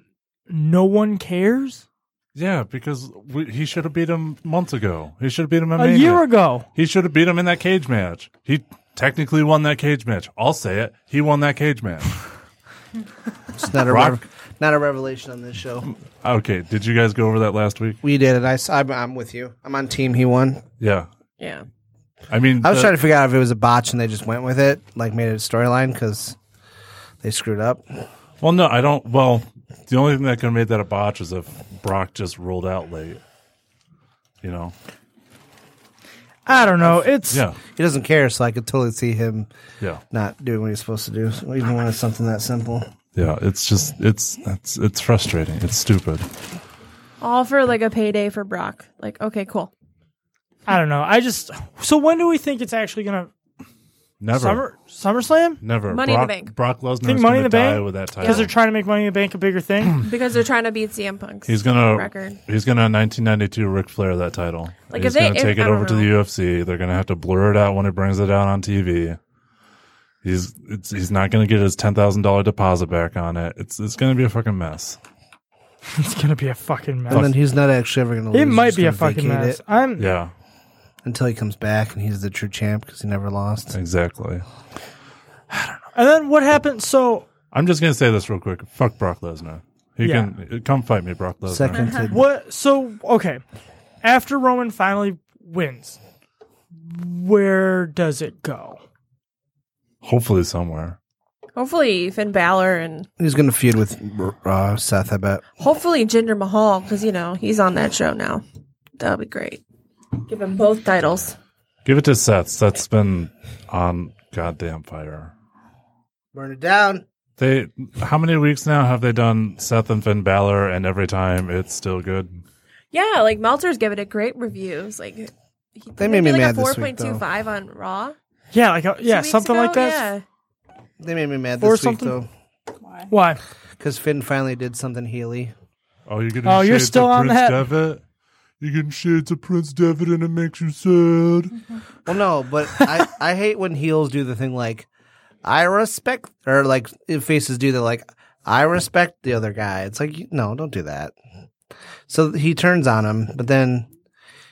Speaker 8: no one cares?
Speaker 9: Yeah, because we, he should have beat him months ago. He should have beat him at
Speaker 8: A
Speaker 9: Mania.
Speaker 8: year ago.
Speaker 9: He should have beat him in that cage match. He technically won that cage match. I'll say it. He won that cage match.
Speaker 7: It's not a
Speaker 9: Brock-
Speaker 7: rev- not a revelation on this show.
Speaker 9: okay. Did you guys go over that last week?
Speaker 7: We did it. I, am I'm with you. I'm on team. He won.
Speaker 9: Yeah.
Speaker 11: Yeah.
Speaker 9: I mean,
Speaker 7: I was
Speaker 9: the-
Speaker 7: trying to figure out if it was a botch and they just went with it, like made it a storyline because they screwed up.
Speaker 9: Well, no, I don't. Well, the only thing that could have made that a botch is if Brock just rolled out late. You know?
Speaker 8: I don't know. It's
Speaker 9: Yeah.
Speaker 7: He doesn't care, so I could totally see him
Speaker 9: Yeah.
Speaker 7: not doing what he's supposed to do, even when it's something that simple.
Speaker 9: Yeah. It's just, it's, it's, it's frustrating. It's stupid.
Speaker 11: All for like a payday for Brock. Like, okay, cool.
Speaker 8: I don't know. I just so when do we think it's actually going to
Speaker 9: Never.
Speaker 8: Summer SummerSlam?
Speaker 9: Never.
Speaker 11: Money in the
Speaker 9: Brock,
Speaker 11: Bank.
Speaker 9: Brock Lesnar
Speaker 8: Think
Speaker 9: is
Speaker 8: Money in
Speaker 9: going to
Speaker 8: the Bank?
Speaker 9: die with that title.
Speaker 8: Because they're trying to make Money in the Bank a bigger thing.
Speaker 11: Because they're trying to beat CM Punk's
Speaker 9: He's gonna
Speaker 11: record.
Speaker 9: he's gonna 1992 Ric Flair that title.
Speaker 11: Like,
Speaker 9: he's
Speaker 11: if they-
Speaker 9: gonna
Speaker 11: if-
Speaker 9: take
Speaker 11: I
Speaker 9: it
Speaker 11: don't
Speaker 9: over to the
Speaker 11: know.
Speaker 9: UFC. They're gonna have to blur it out when he brings it out on TV. He's it's, he's not gonna get his ten thousand dollar deposit back on it. It's it's gonna be a fucking mess.
Speaker 8: it's going to be a fucking mess.
Speaker 7: And then he's not actually ever going to lose.
Speaker 8: it
Speaker 7: He's
Speaker 8: might be a
Speaker 7: gonna
Speaker 8: fucking
Speaker 7: vacate
Speaker 8: mess.
Speaker 7: it
Speaker 8: I'm
Speaker 9: Yeah,
Speaker 7: until he comes back and he's the true champ because he never lost.
Speaker 9: exactly.
Speaker 8: And then what happened so
Speaker 9: I'm just gonna say this real quick. Fuck Brock Lesnar. He
Speaker 8: Yeah.
Speaker 9: can come fight me, Brock Lesnar.
Speaker 7: Second to
Speaker 8: What? So okay, after Roman finally wins, where does it go?
Speaker 9: Hopefully somewhere.
Speaker 11: Hopefully Finn Balor and
Speaker 7: he's going to feud with uh, Seth. I bet.
Speaker 11: hopefully Jinder Mahal because you know he's on that show now. That'll be great. Give him both titles.
Speaker 9: Give it to Seth. That's been on goddamn fire.
Speaker 7: Burn it down.
Speaker 9: They how many weeks now have they done Seth and Finn Balor and every time it's still good?
Speaker 11: Yeah, like Meltzer's giving it great reviews. Like he,
Speaker 7: They made me
Speaker 11: like
Speaker 7: mad
Speaker 11: a
Speaker 7: this
Speaker 11: four
Speaker 7: week,
Speaker 11: point two five on Raw.
Speaker 8: Yeah, like uh, yeah,
Speaker 11: two
Speaker 8: something
Speaker 11: weeks
Speaker 8: like
Speaker 11: ago.
Speaker 8: that.
Speaker 7: They made me mad
Speaker 8: Or
Speaker 7: this week
Speaker 8: something.
Speaker 7: though
Speaker 8: Why?
Speaker 7: because Finn finally did something healy.
Speaker 9: Oh, you're getting
Speaker 8: Oh,
Speaker 9: shades
Speaker 8: you're still
Speaker 9: of
Speaker 8: on
Speaker 9: Prince
Speaker 8: that.
Speaker 9: Devitt? You're getting shades of Prince Devitt and it makes you sad.
Speaker 7: Well, no, but I, I hate when heels do the thing like, I respect, or like if faces do the like, I respect the other guy. It's like, you- no, don't do that. So he turns on him, but then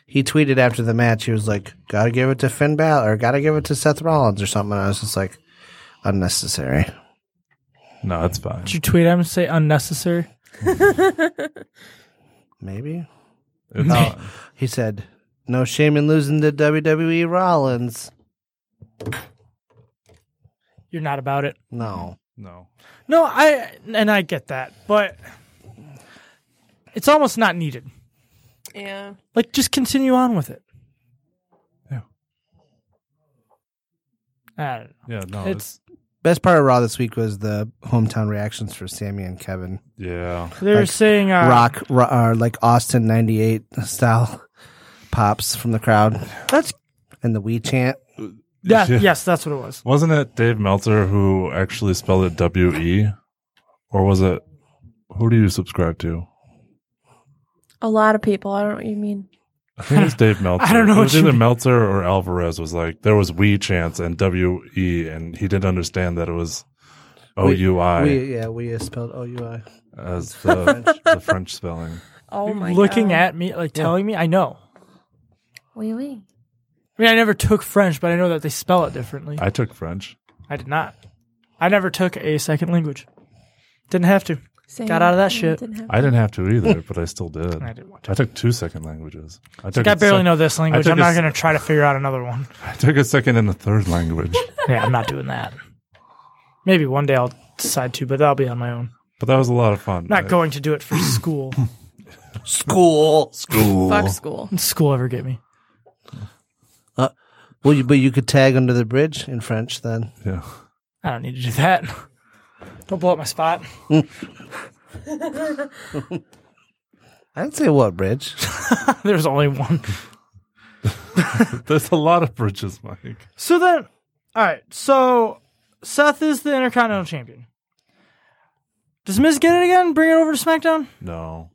Speaker 7: he tweeted after the match, he was like, gotta give it to Finn Balor, or gotta give it to Seth Rollins or something. And I was just like, unnecessary.
Speaker 9: No, that's fine.
Speaker 8: Did you tweet? I'm gonna say unnecessary.
Speaker 7: Maybe?
Speaker 9: It's
Speaker 7: No. He said, no shame in losing to WWE Rollins.
Speaker 8: You're not about it.
Speaker 7: No.
Speaker 9: no.
Speaker 8: No, I and I get that, but it's almost not needed.
Speaker 11: Yeah.
Speaker 8: Like, just continue on with it.
Speaker 9: Yeah.
Speaker 8: I don't know.
Speaker 9: Yeah, no.
Speaker 8: it's
Speaker 6: Best part of Raw this week was the hometown reactions for Sammy and Kevin.
Speaker 9: Yeah.
Speaker 8: They were saying, uh,
Speaker 6: rock, ro- or like Austin 98 style pops from the crowd.
Speaker 8: That's
Speaker 6: and the we chant.
Speaker 8: Yeah,
Speaker 9: Yeah.
Speaker 8: yes, that's what it was.
Speaker 9: Wasn't it Dave Meltzer who actually spelled it W E? Or was it who do you subscribe to?
Speaker 11: A lot of people. I don't know what you mean.
Speaker 9: I think it's Dave Meltzer.
Speaker 11: I don't know
Speaker 9: It was
Speaker 11: what you
Speaker 9: either
Speaker 11: mean.
Speaker 9: Meltzer or Alvarez was like there was we chance and W E and he didn't understand that it was O U I
Speaker 6: We, yeah, we is spelled O U I.
Speaker 9: as the, the French spelling.
Speaker 11: Oh my
Speaker 8: Looking
Speaker 11: God.
Speaker 8: at me, like uh, telling me, I know.
Speaker 11: Really?
Speaker 8: I mean, I never took French, but I know that they spell it differently.
Speaker 9: I took French.
Speaker 8: I did not. I never took a second language. Didn't have to.
Speaker 11: Same.
Speaker 8: Got out of that
Speaker 11: Yeah,
Speaker 8: shit.
Speaker 11: didn't have-
Speaker 9: I didn't have to either, but I still did.
Speaker 8: I
Speaker 9: did I took two second languages. I
Speaker 8: It's like, I
Speaker 9: a
Speaker 8: barely
Speaker 9: sec-
Speaker 8: know this
Speaker 9: I
Speaker 8: language.
Speaker 9: took
Speaker 8: I'm
Speaker 9: a
Speaker 8: not
Speaker 9: s-
Speaker 8: going to try to figure out another one.
Speaker 9: I took a second and a third language.
Speaker 8: Yeah, I'm not doing that. Maybe one day I'll decide to, but that'll be on my own.
Speaker 9: But that was a lot of fun.
Speaker 8: I'm not
Speaker 9: I-
Speaker 8: going to do it for school.
Speaker 6: School.
Speaker 9: School.
Speaker 11: Fuck school.
Speaker 8: Did school ever get me?
Speaker 6: Uh, well, you, but you could tag under the bridge in French then.
Speaker 9: Yeah.
Speaker 8: I don't need to do that. Don't blow up my spot.
Speaker 6: I didn't say what bridge.
Speaker 8: There's only one.
Speaker 9: There's a lot of bridges, Mike.
Speaker 8: So then, all right. So Seth is the Intercontinental Champion. Does Miz get it again? Bring it over to SmackDown?
Speaker 9: No,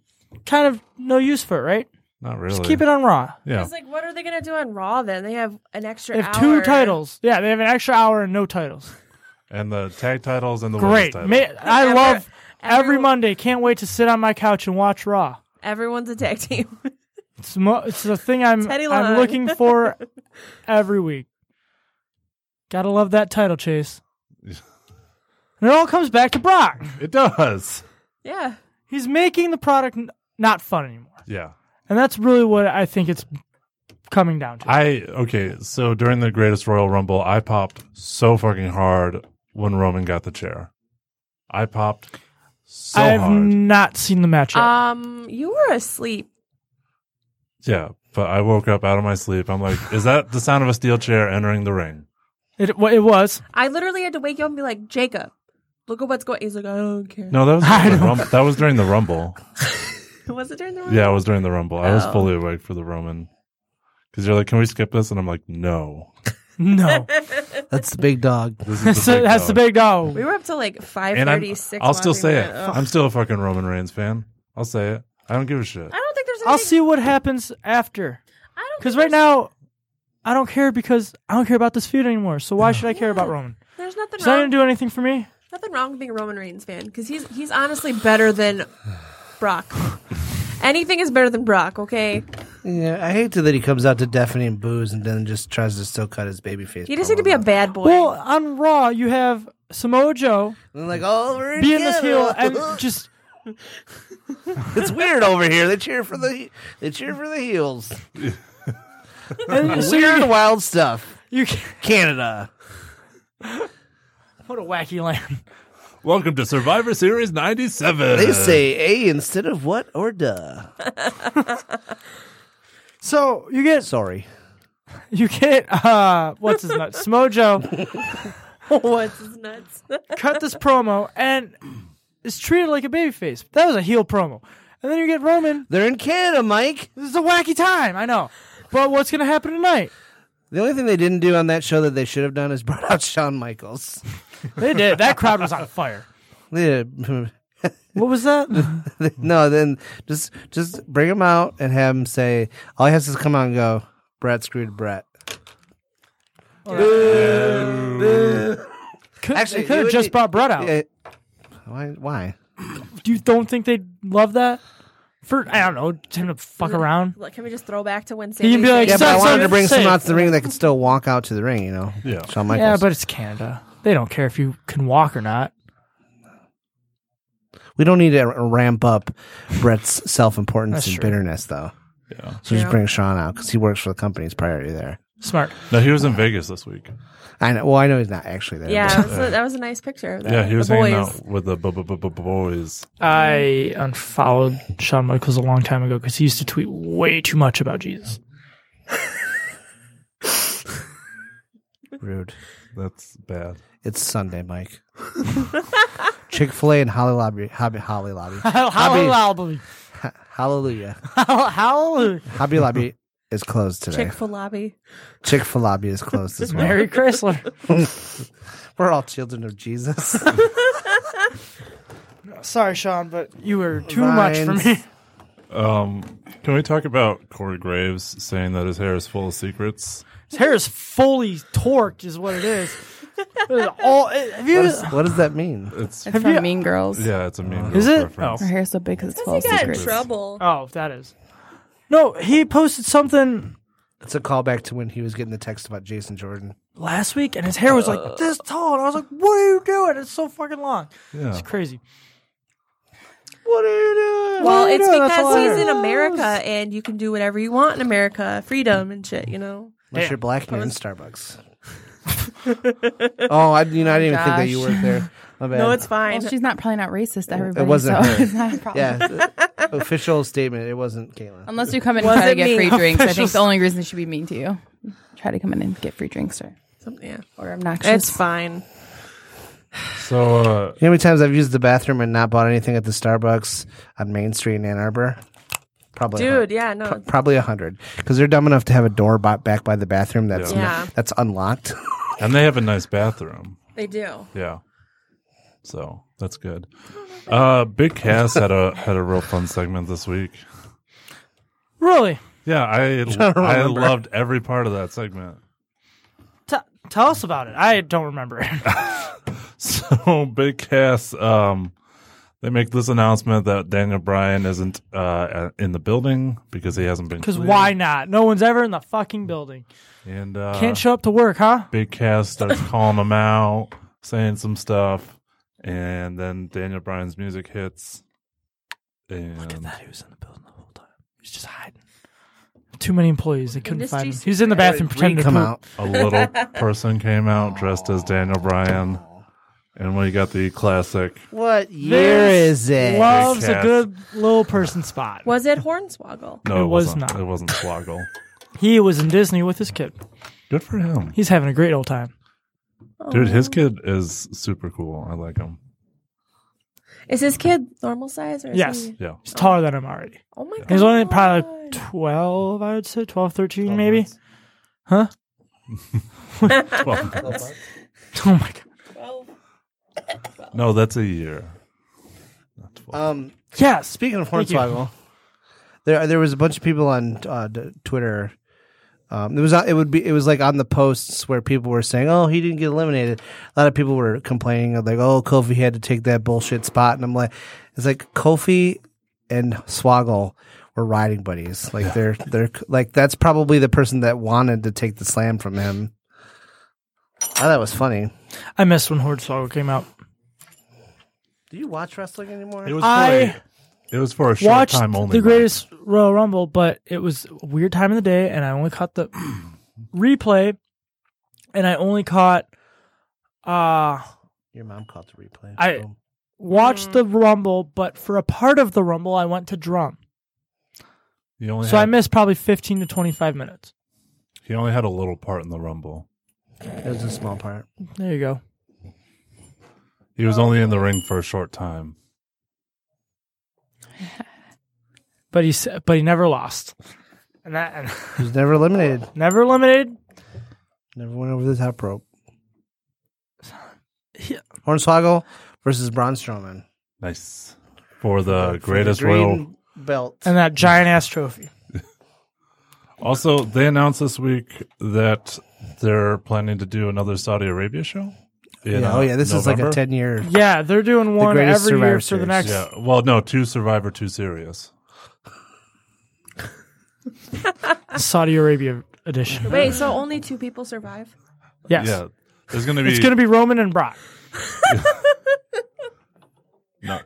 Speaker 8: Kind of no use for it, right?
Speaker 9: not really.
Speaker 8: Just keep it on Raw.
Speaker 9: Yeah.
Speaker 11: It's like, what are they going to do on Raw then? They have an extra
Speaker 8: Oh. They have
Speaker 11: hour.
Speaker 8: two titles. Yeah, they have an extra hour and no titles.
Speaker 9: And the tag titles and the
Speaker 8: Great.
Speaker 9: women's
Speaker 8: Ma-
Speaker 9: title.
Speaker 8: I
Speaker 11: Every-
Speaker 8: love every
Speaker 11: every-
Speaker 8: Monday. Can't wait to sit on my couch and watch Raw.
Speaker 11: Everyone's a tag team.
Speaker 8: It's, mo- it's the thing I'm
Speaker 11: Teddy
Speaker 8: I'm
Speaker 11: Long.
Speaker 8: looking for every week. Gotta love that title chase. And it all comes back to Brock.
Speaker 9: It does.
Speaker 11: yeah.
Speaker 8: He's making the product n- not fun anymore,
Speaker 9: Yeah.
Speaker 8: and that's really what I think it's coming down to.
Speaker 9: I okay. So during the Greatest Royal Rumble, I popped so fucking hard when Roman got the chair. I popped so
Speaker 8: I've
Speaker 9: hard.
Speaker 8: not seen the match yet.
Speaker 11: Um, you were asleep.
Speaker 9: yeah, but I woke up out of my sleep. I'm like, is that the sound of a steel chair entering the ring?
Speaker 8: it, wa- it was.
Speaker 11: I literally had to wake you up and be like, Jacob, look at what's going. He's like, I don't care.
Speaker 9: No, that was
Speaker 8: I
Speaker 9: during the
Speaker 8: don't-
Speaker 9: rumble. that was during the Rumble.
Speaker 11: was it during the
Speaker 9: Yeah, it was during the Rumble. I was
Speaker 11: Oh.
Speaker 9: fully awake for the Roman. Because you're like, can we skip this? And I'm like, no.
Speaker 8: No,
Speaker 6: That's the big dog.
Speaker 9: This is
Speaker 8: that's,
Speaker 9: the
Speaker 8: the,
Speaker 9: big
Speaker 8: that's the
Speaker 9: dog.
Speaker 8: big dog.
Speaker 11: We were up till like five
Speaker 9: And I'm,
Speaker 11: thirty, six.
Speaker 9: I'll still say it.
Speaker 11: I
Speaker 9: I'm still a fucking Roman Reigns fan. I'll say it. I don't give a shit.
Speaker 11: I don't think there's.
Speaker 8: I'll
Speaker 11: anything-
Speaker 8: see what happens after.
Speaker 11: I don't
Speaker 8: Because
Speaker 11: think
Speaker 8: right now, I don't care because I don't care about this feud anymore. So why should I care about Roman?
Speaker 11: there's nothing
Speaker 8: It's not
Speaker 11: wrong.
Speaker 8: gonna do anything for me.
Speaker 11: nothing wrong with being a Roman Reigns fan because he's he's honestly better than Brock. Anything is better than Brock. Okay.
Speaker 6: Yeah, I hate to that he comes out to deafening boos and then just tries to still cut his baby face.
Speaker 11: You just need to be a bad boy.
Speaker 8: Well, on Raw, you have Samoa Joe
Speaker 6: And like, oh, we're
Speaker 8: being this heel and
Speaker 6: together.
Speaker 8: just
Speaker 6: it's weird over here. They cheer for the they cheer for the heels.
Speaker 8: and so
Speaker 6: Weird,
Speaker 8: you,
Speaker 6: wild stuff.
Speaker 8: you
Speaker 6: Canada.
Speaker 8: what a wacky land.
Speaker 9: Welcome to Survivor Series 97.
Speaker 6: They say a instead of what or duh.
Speaker 8: So you get
Speaker 6: Sorry.
Speaker 8: you get uh what's his nut Samoa Joe
Speaker 11: what's his nuts?
Speaker 8: cut this promo and is treated like a babyface. That was a heel promo, and then you get Roman.
Speaker 6: They're in Canada, Mike.
Speaker 8: This is a wacky time, I know. But what's gonna happen tonight?
Speaker 6: The only thing they didn't do on that show that they should have done is brought out Shawn Michaels.
Speaker 8: They did. That crowd was on fire.
Speaker 6: Yeah.
Speaker 8: What was that?
Speaker 6: no, then just just bring him out and have him say all he has is come on and go, Brett screwed Brett.
Speaker 8: Could,
Speaker 6: Actually,
Speaker 8: they
Speaker 6: it
Speaker 8: could have
Speaker 6: would
Speaker 8: just
Speaker 6: be-
Speaker 8: brought Brett out.
Speaker 6: Yeah. Why why?
Speaker 8: Do you don't think they'd love that? For I don't know, him to fuck around.
Speaker 11: Like, can we just throw back to when
Speaker 8: can
Speaker 11: Sammy?
Speaker 8: be like,
Speaker 6: Yeah, but I
Speaker 8: So-
Speaker 6: wanted
Speaker 8: so
Speaker 6: to bring
Speaker 8: say-
Speaker 6: someone out to the ring that could still walk out to the ring, you know?
Speaker 9: Yeah.
Speaker 6: Shawn
Speaker 8: Yeah,
Speaker 6: Michaels.
Speaker 8: but it's Canada. They don't care if you can walk or not.
Speaker 6: we don't need to r- ramp up Brett's self importance
Speaker 8: That's
Speaker 6: and
Speaker 8: true.
Speaker 6: bitterness, though.
Speaker 9: Yeah.
Speaker 6: So just
Speaker 11: Yeah.
Speaker 6: bring Sean out because he works for the company. He's priority there.
Speaker 8: Smart.
Speaker 9: No, he was in Vegas this week.
Speaker 6: I know. Well, I know he's not actually there.
Speaker 11: yeah,
Speaker 6: but-
Speaker 11: that was a, that was a nice picture. Of that.
Speaker 9: Yeah, he was
Speaker 11: the boys.
Speaker 9: hanging out with the bu- bu- bu- bu- bu- boys.
Speaker 8: I unfollowed Shawn Michaels a long time ago because he used to tweet way too much about Jesus.
Speaker 7: Rude.
Speaker 9: That's bad.
Speaker 7: It's Sunday, Mike. Chick Fil A and Holly Lobby. Hobby, Holly Lobby.
Speaker 8: Hobby Lobby.
Speaker 7: Ha- Hallelujah.
Speaker 8: Hallelujah.
Speaker 7: Hobby Lobby is closed today.
Speaker 11: Chick Fil Lobby.
Speaker 7: Chick Fil Lobby is closed as well.
Speaker 8: Mary Chrysler.
Speaker 7: We're all children of Jesus.
Speaker 8: Sorry, Sean, but you were too much for
Speaker 7: Vines.
Speaker 8: me.
Speaker 9: Um, can we talk about Corey Graves saying that his hair is full of secrets?
Speaker 8: His hair is fully torqued, is what it is. It is all, have you,
Speaker 7: What is- what does that mean?
Speaker 9: It's
Speaker 10: It's
Speaker 8: you-
Speaker 10: from Mean Girls.
Speaker 9: yeah, it's a mean.
Speaker 8: Is
Speaker 9: Girls
Speaker 8: it?
Speaker 9: reference.
Speaker 10: Her hair's so big because it's full of secrets.
Speaker 11: trouble.
Speaker 8: oh, that is. No, he posted something
Speaker 7: It's a callback to when he was getting the text about Jason Jordan.
Speaker 8: last week, and his hair was like this tall, and I was like, "What are you doing? It's so fucking long.
Speaker 9: Yeah.
Speaker 8: It's crazy." What are you doing?
Speaker 11: Well,
Speaker 8: What are you
Speaker 11: it's
Speaker 8: doing? That's all I
Speaker 11: because he's in
Speaker 8: heard.
Speaker 11: America and you can do whatever you want in America. Freedom and shit, you know?
Speaker 7: Unless
Speaker 8: Yeah.
Speaker 7: you're black and you're in Starbucks. oh, I, you know, I didn't even think that you
Speaker 10: Gosh.
Speaker 7: worked there. My bad.
Speaker 11: No, it's fine.
Speaker 10: Well, she's not probably not racist to everybody.
Speaker 7: wasn't
Speaker 10: so
Speaker 7: her.
Speaker 10: it's not a problem.
Speaker 7: yeah, it's a- official statement. It wasn't Kayla.
Speaker 10: Unless you come in and
Speaker 11: Was
Speaker 10: try to
Speaker 11: it
Speaker 10: get
Speaker 11: me?
Speaker 10: free drinks. I think
Speaker 8: Officials.
Speaker 10: the only reason she would be mean to you. Try to come in and get free drinks or,
Speaker 11: yeah.
Speaker 10: or obnoxious.
Speaker 11: It's fine.
Speaker 9: So
Speaker 7: You
Speaker 9: uh,
Speaker 7: know how many times I've used the bathroom and not bought anything at the Starbucks on Main Street in Ann Arbor? Probably, a hun-
Speaker 11: Dude, yeah, no.
Speaker 7: probably a hundred because they're dumb enough to have a door bought back by the bathroom that's
Speaker 11: Yeah.
Speaker 7: not- that's unlocked.
Speaker 9: and they have a nice bathroom.
Speaker 11: They do.
Speaker 9: Yeah. So that's good. Uh, Big Cass had a had a real fun segment this week.
Speaker 8: Really?
Speaker 9: Yeah, I I
Speaker 7: remember.
Speaker 9: loved every part of that segment.
Speaker 8: T- tell us about it. I don't remember.
Speaker 9: So Big Cass, um, they make this announcement that Daniel Bryan isn't uh, in the building because he hasn't been.
Speaker 8: Because
Speaker 9: cleared.
Speaker 8: why not? No one's ever in the fucking building.
Speaker 9: And uh,
Speaker 8: Can't show up to work, huh?
Speaker 9: Big Cass starts calling him out, saying some stuff, and then Daniel Bryan's music hits. And
Speaker 8: He was in the building the whole time. He's just hiding. Too many employees. They couldn't
Speaker 11: Industry
Speaker 8: find him. He was in the bathroom pretending to
Speaker 7: Come
Speaker 8: poop.
Speaker 7: out.
Speaker 9: a little person came out dressed as Daniel Bryan, and we got the classic.
Speaker 7: What year
Speaker 8: This
Speaker 7: is it?
Speaker 8: Loves a
Speaker 9: Cats.
Speaker 8: good little person spot.
Speaker 11: Was it Hornswoggle?
Speaker 9: No,
Speaker 8: It
Speaker 9: it,
Speaker 8: was
Speaker 9: wasn't.
Speaker 8: not.
Speaker 9: It wasn't Swoggle.
Speaker 8: He was in Disney with his kid.
Speaker 9: Good for him,
Speaker 8: He's having a great old time.
Speaker 9: dude. His kid is super cool. I like him.
Speaker 11: Is his kid normal size or is
Speaker 8: Yes.
Speaker 11: he-
Speaker 9: Yeah.
Speaker 8: He's taller than him already.
Speaker 11: Oh my god.
Speaker 8: He's only probably like 12, I would say. 12, 13 maybe. Huh?
Speaker 9: Well,
Speaker 8: Oh my God.
Speaker 9: no, that's a year. Not 12.
Speaker 7: Um,
Speaker 8: Yeah, speak.
Speaker 7: Speaking of
Speaker 8: Thank you.
Speaker 7: Hornswoggle, there there was a bunch of people on uh, d- Twitter. Um, it was on- it would be it was like on the posts where people were saying, "Oh, he didn't get eliminated." A lot of people were complaining of like, "Oh, Kofi had to take that bullshit spot," and I'm like, "It's like Kofi and Swoggle were riding buddies. Like they're they're like that's probably the person that wanted to take the slam from him." Oh, that was funny.
Speaker 8: I missed when Horde Swoggle came out.
Speaker 7: Do you watch wrestling anymore?
Speaker 9: it was. For
Speaker 8: I
Speaker 9: a, it was for a short
Speaker 8: watched
Speaker 9: time only.
Speaker 8: the
Speaker 9: Mike.
Speaker 8: greatest Royal Rumble, but it was a weird time of the day, and I only caught the replay, and I only caught uh
Speaker 7: Your mom called to replay.
Speaker 8: I- watched the Rumble, but for a part of the Rumble, I went to drum,
Speaker 9: He only
Speaker 8: so
Speaker 9: had,
Speaker 8: I missed probably fifteen to twenty five minutes.
Speaker 9: He only had a little part in the rumble.
Speaker 7: it was a small part.
Speaker 8: There you go.
Speaker 9: He was only in the ring for a short time.
Speaker 8: But he s- but he never lost, and that and
Speaker 7: He was never eliminated.
Speaker 8: never eliminated.
Speaker 7: Never went over the top rope.
Speaker 8: Yeah.
Speaker 7: Hornswoggle versus Braun Strowman.
Speaker 9: Nice for the
Speaker 7: For
Speaker 9: greatest
Speaker 7: the green
Speaker 9: royal.
Speaker 7: belt.
Speaker 8: And that giant ass trophy.
Speaker 9: Also, they announced this week that they're planning to do another Saudi Arabia show. in,
Speaker 7: yeah,
Speaker 9: uh,
Speaker 7: oh yeah, this is like
Speaker 9: November.
Speaker 7: a ten year.
Speaker 8: Yeah, they're doing one
Speaker 7: greatest
Speaker 8: every year
Speaker 7: Survivor
Speaker 8: for the
Speaker 7: Series.
Speaker 8: next.
Speaker 9: Yeah, well, no, two Survivor, two Serious.
Speaker 8: Saudi Arabia edition.
Speaker 11: Wait, so only two people survive?
Speaker 8: Yes.
Speaker 9: Yeah, there's gonna be.
Speaker 8: It's going to be Roman and Brock.
Speaker 9: no,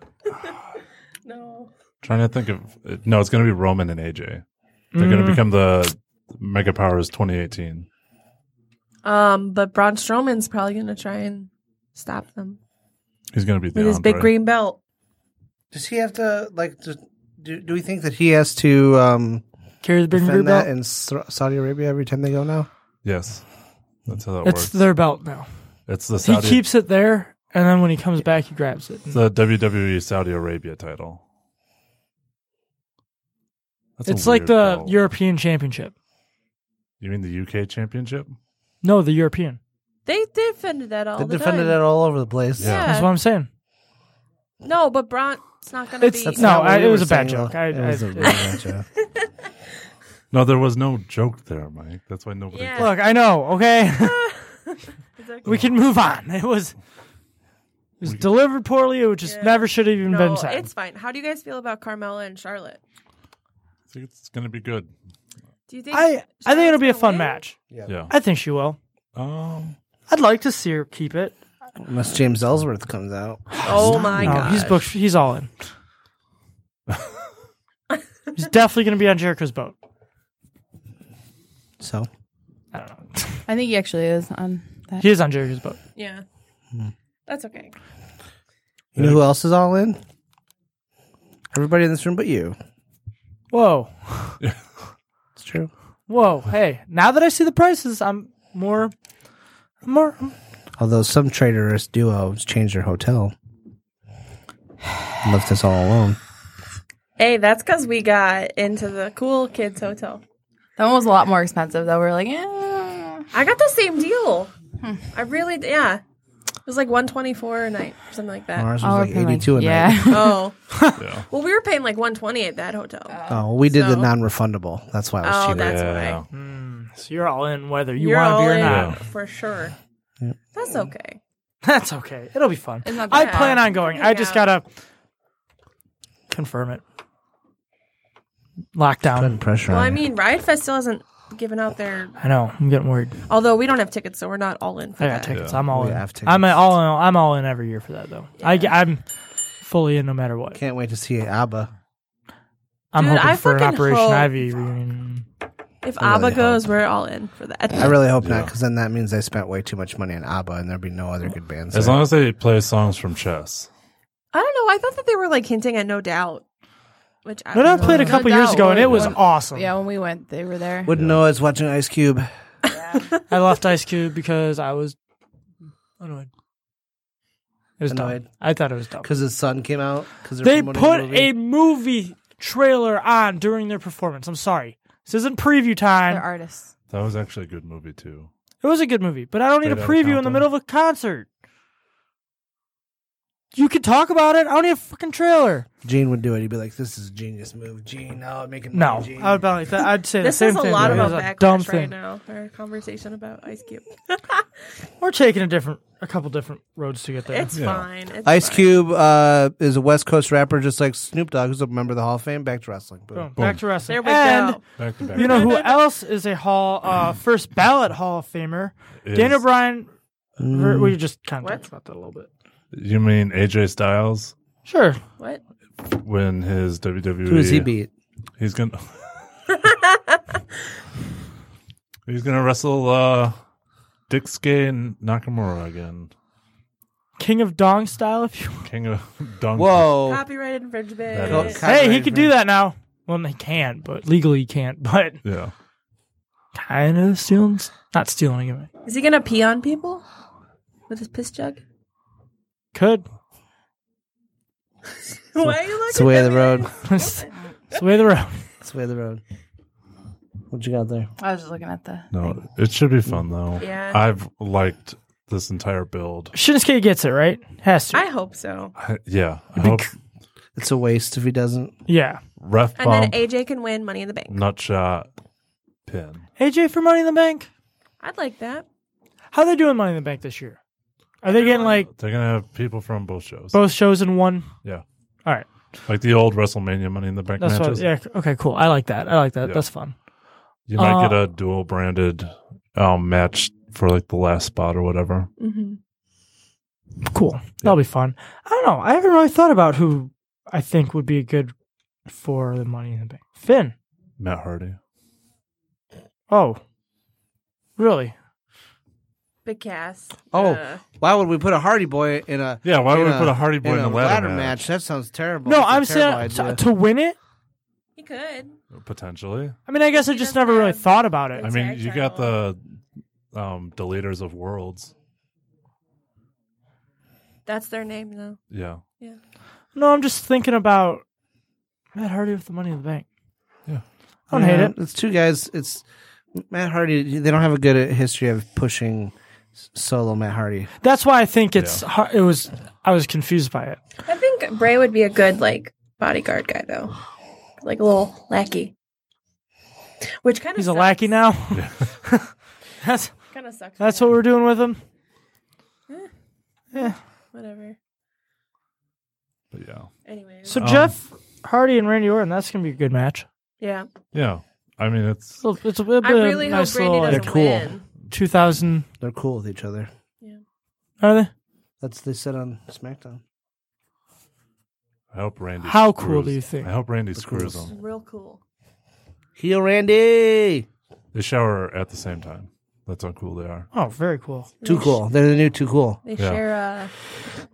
Speaker 11: No.
Speaker 9: trying to think of no, it's gonna be Roman and AJ. They're gonna become the Mega Powers 2018.
Speaker 11: Um, but Braun Strowman's probably gonna try and stop them
Speaker 9: He's gonna be the
Speaker 11: with his big
Speaker 9: Andre.
Speaker 11: green belt.
Speaker 7: Does he have to like? Do, do do we think that he has to um,
Speaker 8: Carry the big
Speaker 7: defend
Speaker 8: green
Speaker 7: that
Speaker 8: belt.
Speaker 7: in Sa- Saudi Arabia every time they go now?
Speaker 9: Yes, That's how that
Speaker 8: it's
Speaker 9: works.
Speaker 8: their belt now.
Speaker 9: It's the
Speaker 8: he
Speaker 9: Saudi-
Speaker 8: keeps it there, and then when he comes back, he grabs it.
Speaker 9: It's the WWE Saudi Arabia title. That's a
Speaker 8: it's like
Speaker 9: weird
Speaker 8: the
Speaker 9: belt.
Speaker 8: European Championship.
Speaker 9: You mean the UK Championship?
Speaker 8: No, the European.
Speaker 11: They defended that all
Speaker 6: They
Speaker 11: the
Speaker 6: defended
Speaker 11: time.
Speaker 6: it all over the place.
Speaker 11: Yeah. Yeah.
Speaker 8: That's what I'm saying.
Speaker 11: No, but Braun, it's not going to be.
Speaker 8: It's- That's no, not what I- we it were was a bad saying, joke. though. I-
Speaker 6: It was
Speaker 8: I-
Speaker 6: a really bad joke.
Speaker 9: No, there was no joke there, Mike. That's why nobody.
Speaker 11: Yeah.
Speaker 8: Look, I know. Okay, we can move on. It was it was delivered poorly. It just never should have even
Speaker 11: no,
Speaker 8: been said.
Speaker 11: it's fine. How do you guys feel about Carmella and Charlotte?
Speaker 9: I think it's going to be good.
Speaker 11: Do you think?
Speaker 8: I I think it'll be a fun match.
Speaker 9: Yeah.
Speaker 8: I think she will.
Speaker 9: Um,
Speaker 8: I'd like to see her keep it.
Speaker 6: Unless James Ellsworth comes out.
Speaker 11: oh my
Speaker 8: No,
Speaker 11: god,
Speaker 8: he's booked. He's all in. he's definitely going to be on Jericho's boat.
Speaker 6: So
Speaker 8: I don't know.
Speaker 7: I think he actually is Um, on that.
Speaker 8: He is on Jericho's boat.
Speaker 11: Yeah, that's okay.
Speaker 6: you know who else is all in? Everybody in this room but you.
Speaker 8: Whoa,
Speaker 6: It's true.
Speaker 8: whoa, hey! Now that I see the prices, I'm more, I'm more.
Speaker 6: Although some traitorous duos changed their hotel. Left us all alone.
Speaker 11: Hey, that's because we got into the cool kids hotel.
Speaker 7: That one was a lot more expensive though. We are like, eh.
Speaker 11: I got the same deal. I really, d- yeah. It was like one twenty four a night, or something like that.
Speaker 6: Ours was like
Speaker 7: okay,
Speaker 6: 82 a night.
Speaker 7: yeah.
Speaker 11: Oh,
Speaker 9: yeah.
Speaker 11: well, we were paying like one twenty at that hotel.
Speaker 6: Oh, we did the
Speaker 11: So-
Speaker 6: non refundable. That's why it was
Speaker 11: Oh,
Speaker 6: cheaper.
Speaker 11: that's
Speaker 9: yeah.
Speaker 11: why.
Speaker 8: So you're all in, whether you
Speaker 11: You're
Speaker 8: want to
Speaker 11: all
Speaker 8: be or
Speaker 11: in
Speaker 8: not.
Speaker 9: Yeah.
Speaker 11: for sure. That's okay.
Speaker 8: That's okay. It'll be fun.
Speaker 7: It's not
Speaker 8: Mm. I
Speaker 7: bad.
Speaker 8: plan on going. I just
Speaker 11: Yeah.
Speaker 8: gotta confirm it.
Speaker 6: Putting
Speaker 8: Lockdown.
Speaker 6: pressure
Speaker 11: Well,
Speaker 6: on
Speaker 11: I
Speaker 6: you.
Speaker 11: mean, Riot Fest still hasn't given out their.
Speaker 8: I know. I'm getting worried.
Speaker 11: Although we don't have tickets, so we're not all in for
Speaker 8: I got
Speaker 11: that.
Speaker 8: tickets. I'm all
Speaker 6: We
Speaker 8: in.
Speaker 6: have tickets.
Speaker 8: I'm all in. I'm all in every year for that though. I ge- I'm fully in no matter what.
Speaker 6: Can't wait to see ABBA.
Speaker 8: I'm
Speaker 11: Dude,
Speaker 8: hoping
Speaker 11: I
Speaker 8: for an
Speaker 11: fucking
Speaker 8: Operation
Speaker 11: hope-
Speaker 8: Ivy reunion.
Speaker 11: If
Speaker 6: I really
Speaker 11: ABBA goes, we're all in for that.
Speaker 6: I really hope not, because then that means I spent way too much money on ABBA, and there'd be no other good bands.
Speaker 9: As
Speaker 6: there.
Speaker 9: long as they play songs from chess.
Speaker 11: I don't know. I thought that they were like hinting at No Doubt, which I
Speaker 8: No,
Speaker 11: don't
Speaker 8: I played a
Speaker 11: know.
Speaker 8: couple
Speaker 7: No
Speaker 8: years
Speaker 7: doubt.
Speaker 8: ago and it was
Speaker 7: Yeah.
Speaker 8: awesome.
Speaker 7: Yeah, when we went, they were there.
Speaker 6: Wouldn't know it's watching Ice Cube.
Speaker 8: I left Ice Cube because I was annoyed. It was
Speaker 6: Annoyed.
Speaker 8: dumb. I thought it was dumb.
Speaker 6: because his son came out. Because
Speaker 8: They put a movie trailer on during their performance. I'm sorry. This isn't preview
Speaker 7: They're
Speaker 8: time.
Speaker 7: artists.
Speaker 9: That was actually a good movie too.
Speaker 8: It was a good movie, but I don't need a
Speaker 9: Straight Outta
Speaker 8: preview in the
Speaker 9: Compton.
Speaker 8: middle of a concert. You can talk about it. I don't need a fucking trailer.
Speaker 6: Gene would do it. He'd be like, "This is a genius move, Gene. No, I'm making money,
Speaker 8: No,
Speaker 6: Gene."
Speaker 8: I would be like that. I'd say
Speaker 11: This
Speaker 8: the same
Speaker 11: is a
Speaker 8: thing.
Speaker 11: lot
Speaker 8: but it
Speaker 11: about
Speaker 8: was a
Speaker 11: backlash
Speaker 8: dumb
Speaker 11: right
Speaker 8: thing.
Speaker 11: now. Our conversation about Ice Cube.
Speaker 8: We're taking a different, a couple different roads to get there.
Speaker 11: It's fine. It's
Speaker 6: Ice
Speaker 11: fine.
Speaker 6: Cube uh, is a West Coast rapper, just like Snoop Dogg, who's a member of the Hall of Fame. Back to wrestling. Boom.
Speaker 8: Boom. Back to wrestling.
Speaker 11: There we
Speaker 8: and
Speaker 11: go.
Speaker 9: Back to back.
Speaker 8: you know who else is a hall uh, first ballot Hall of Famer?
Speaker 9: Is- Mm.
Speaker 8: Daniel Bryan. Ver- We just kind of talked about that a little bit.
Speaker 9: You mean AJ Styles
Speaker 8: Sure.
Speaker 11: What?
Speaker 9: when his WWE?
Speaker 6: Who does he beat?
Speaker 9: He's gonna. he's gonna wrestle uh, Dicksuke and Nakamura again.
Speaker 8: King of Dong style, if you
Speaker 9: King of Donkey.
Speaker 8: Oh.
Speaker 6: Whoa!
Speaker 11: Copyright infringement.
Speaker 9: That
Speaker 6: Go-
Speaker 9: is-
Speaker 8: Hey, he
Speaker 6: Copyright
Speaker 8: could do
Speaker 6: infringement.
Speaker 8: that now. Well, they can't, but legally he can't. But
Speaker 9: Yeah.
Speaker 8: kind of stealing, not stealing it.
Speaker 11: Is he gonna pee on people with his piss jug?
Speaker 8: Could
Speaker 11: Why are you looking?
Speaker 6: It's the way of the road.
Speaker 8: it's the way of the road.
Speaker 6: It's the way of the road. What you got there?
Speaker 7: I was just looking at the.
Speaker 9: No, it should be fun though.
Speaker 11: Yeah.
Speaker 9: I've liked this entire build.
Speaker 8: Shinsuke gets it right. Has to.
Speaker 11: I hope so.
Speaker 9: I- yeah. I hope
Speaker 6: It's a waste if he doesn't.
Speaker 8: yeah.
Speaker 9: ref
Speaker 11: And then
Speaker 9: bump,
Speaker 11: AJ can win Money in the Bank.
Speaker 9: nut shot, pin.
Speaker 8: AJ for Money in the Bank.
Speaker 11: I'd like that.
Speaker 8: How they doing Money in the Bank this year? Are they getting like
Speaker 9: They're gonna have people from both shows.
Speaker 8: both shows in one?
Speaker 9: Yeah.
Speaker 8: All right.
Speaker 9: Like the old WrestleMania Money in the Bank
Speaker 8: That's what.
Speaker 9: matches.
Speaker 8: Yeah. Okay. Cool. I like that. I like that.
Speaker 9: Yeah.
Speaker 8: That's fun.
Speaker 9: You might
Speaker 8: Uh,
Speaker 9: get a dual branded um, match for like the last spot or whatever.
Speaker 8: Cool. That'll be fun. I don't know. I haven't really thought about who I think would be good for the Money in the Bank. Finn.
Speaker 9: Matt Hardy.
Speaker 8: Oh. Really?
Speaker 11: Big Cass.
Speaker 6: Oh,
Speaker 11: Uh,
Speaker 6: why would we put a Hardy Boy in a?
Speaker 9: Yeah, why would
Speaker 6: in
Speaker 9: we put a Hardy Boy in a ladder
Speaker 6: match? That sounds terrible.
Speaker 8: No,
Speaker 6: That's a
Speaker 8: I'm saying
Speaker 6: terrible
Speaker 8: to,
Speaker 6: idea.
Speaker 8: to win it.
Speaker 11: he could.
Speaker 9: Potentially.
Speaker 8: I mean, I guess I
Speaker 11: He
Speaker 8: just
Speaker 11: doesn't
Speaker 8: never really
Speaker 11: have-
Speaker 8: thought about it.
Speaker 9: I mean, you got the um, Delators of Worlds.
Speaker 11: That's their name, though.
Speaker 9: Yeah.
Speaker 11: Yeah.
Speaker 8: No, I'm just thinking about Matt Hardy with the Money in the Bank.
Speaker 9: Yeah,
Speaker 8: I don't hate
Speaker 7: Yeah,
Speaker 8: it.
Speaker 7: It's two guys. It's Matt Hardy. They don't have a good history of pushing s- solo Matt Hardy.
Speaker 8: That's why I think it's har it was. I was confused by it.
Speaker 11: I think Bray would be a good like bodyguard guy though, like a little lackey. Which kind of
Speaker 8: He's a lackey now. that's
Speaker 11: Kind of sucks.
Speaker 8: that's what we're doing with him.
Speaker 11: yeah. Whatever.
Speaker 9: But yeah.
Speaker 11: Anyway.
Speaker 8: So
Speaker 9: Um,
Speaker 8: Jeff Hardy and Randy Orton. That's gonna be a good match.
Speaker 11: Yeah.
Speaker 9: Yeah. I mean, it's
Speaker 8: So It's a, it'll be
Speaker 11: I
Speaker 8: a
Speaker 11: really hope
Speaker 8: nice
Speaker 11: Randy
Speaker 8: little,
Speaker 11: doesn't They're cool. win.
Speaker 8: 2000.
Speaker 7: They're cool with each other.
Speaker 8: Are they?
Speaker 7: That's they said on SmackDown.
Speaker 9: I hope Randy.
Speaker 8: How
Speaker 9: screws-
Speaker 8: cool do you think?
Speaker 9: I hope Randy
Speaker 8: The
Speaker 9: screws
Speaker 8: coolest.
Speaker 9: them.
Speaker 11: Real cool.
Speaker 7: Heel Randy.
Speaker 9: They shower at the same time. That's how cool they are.
Speaker 8: Oh, very cool.
Speaker 7: Too cool. They're the new too cool.
Speaker 11: They share uh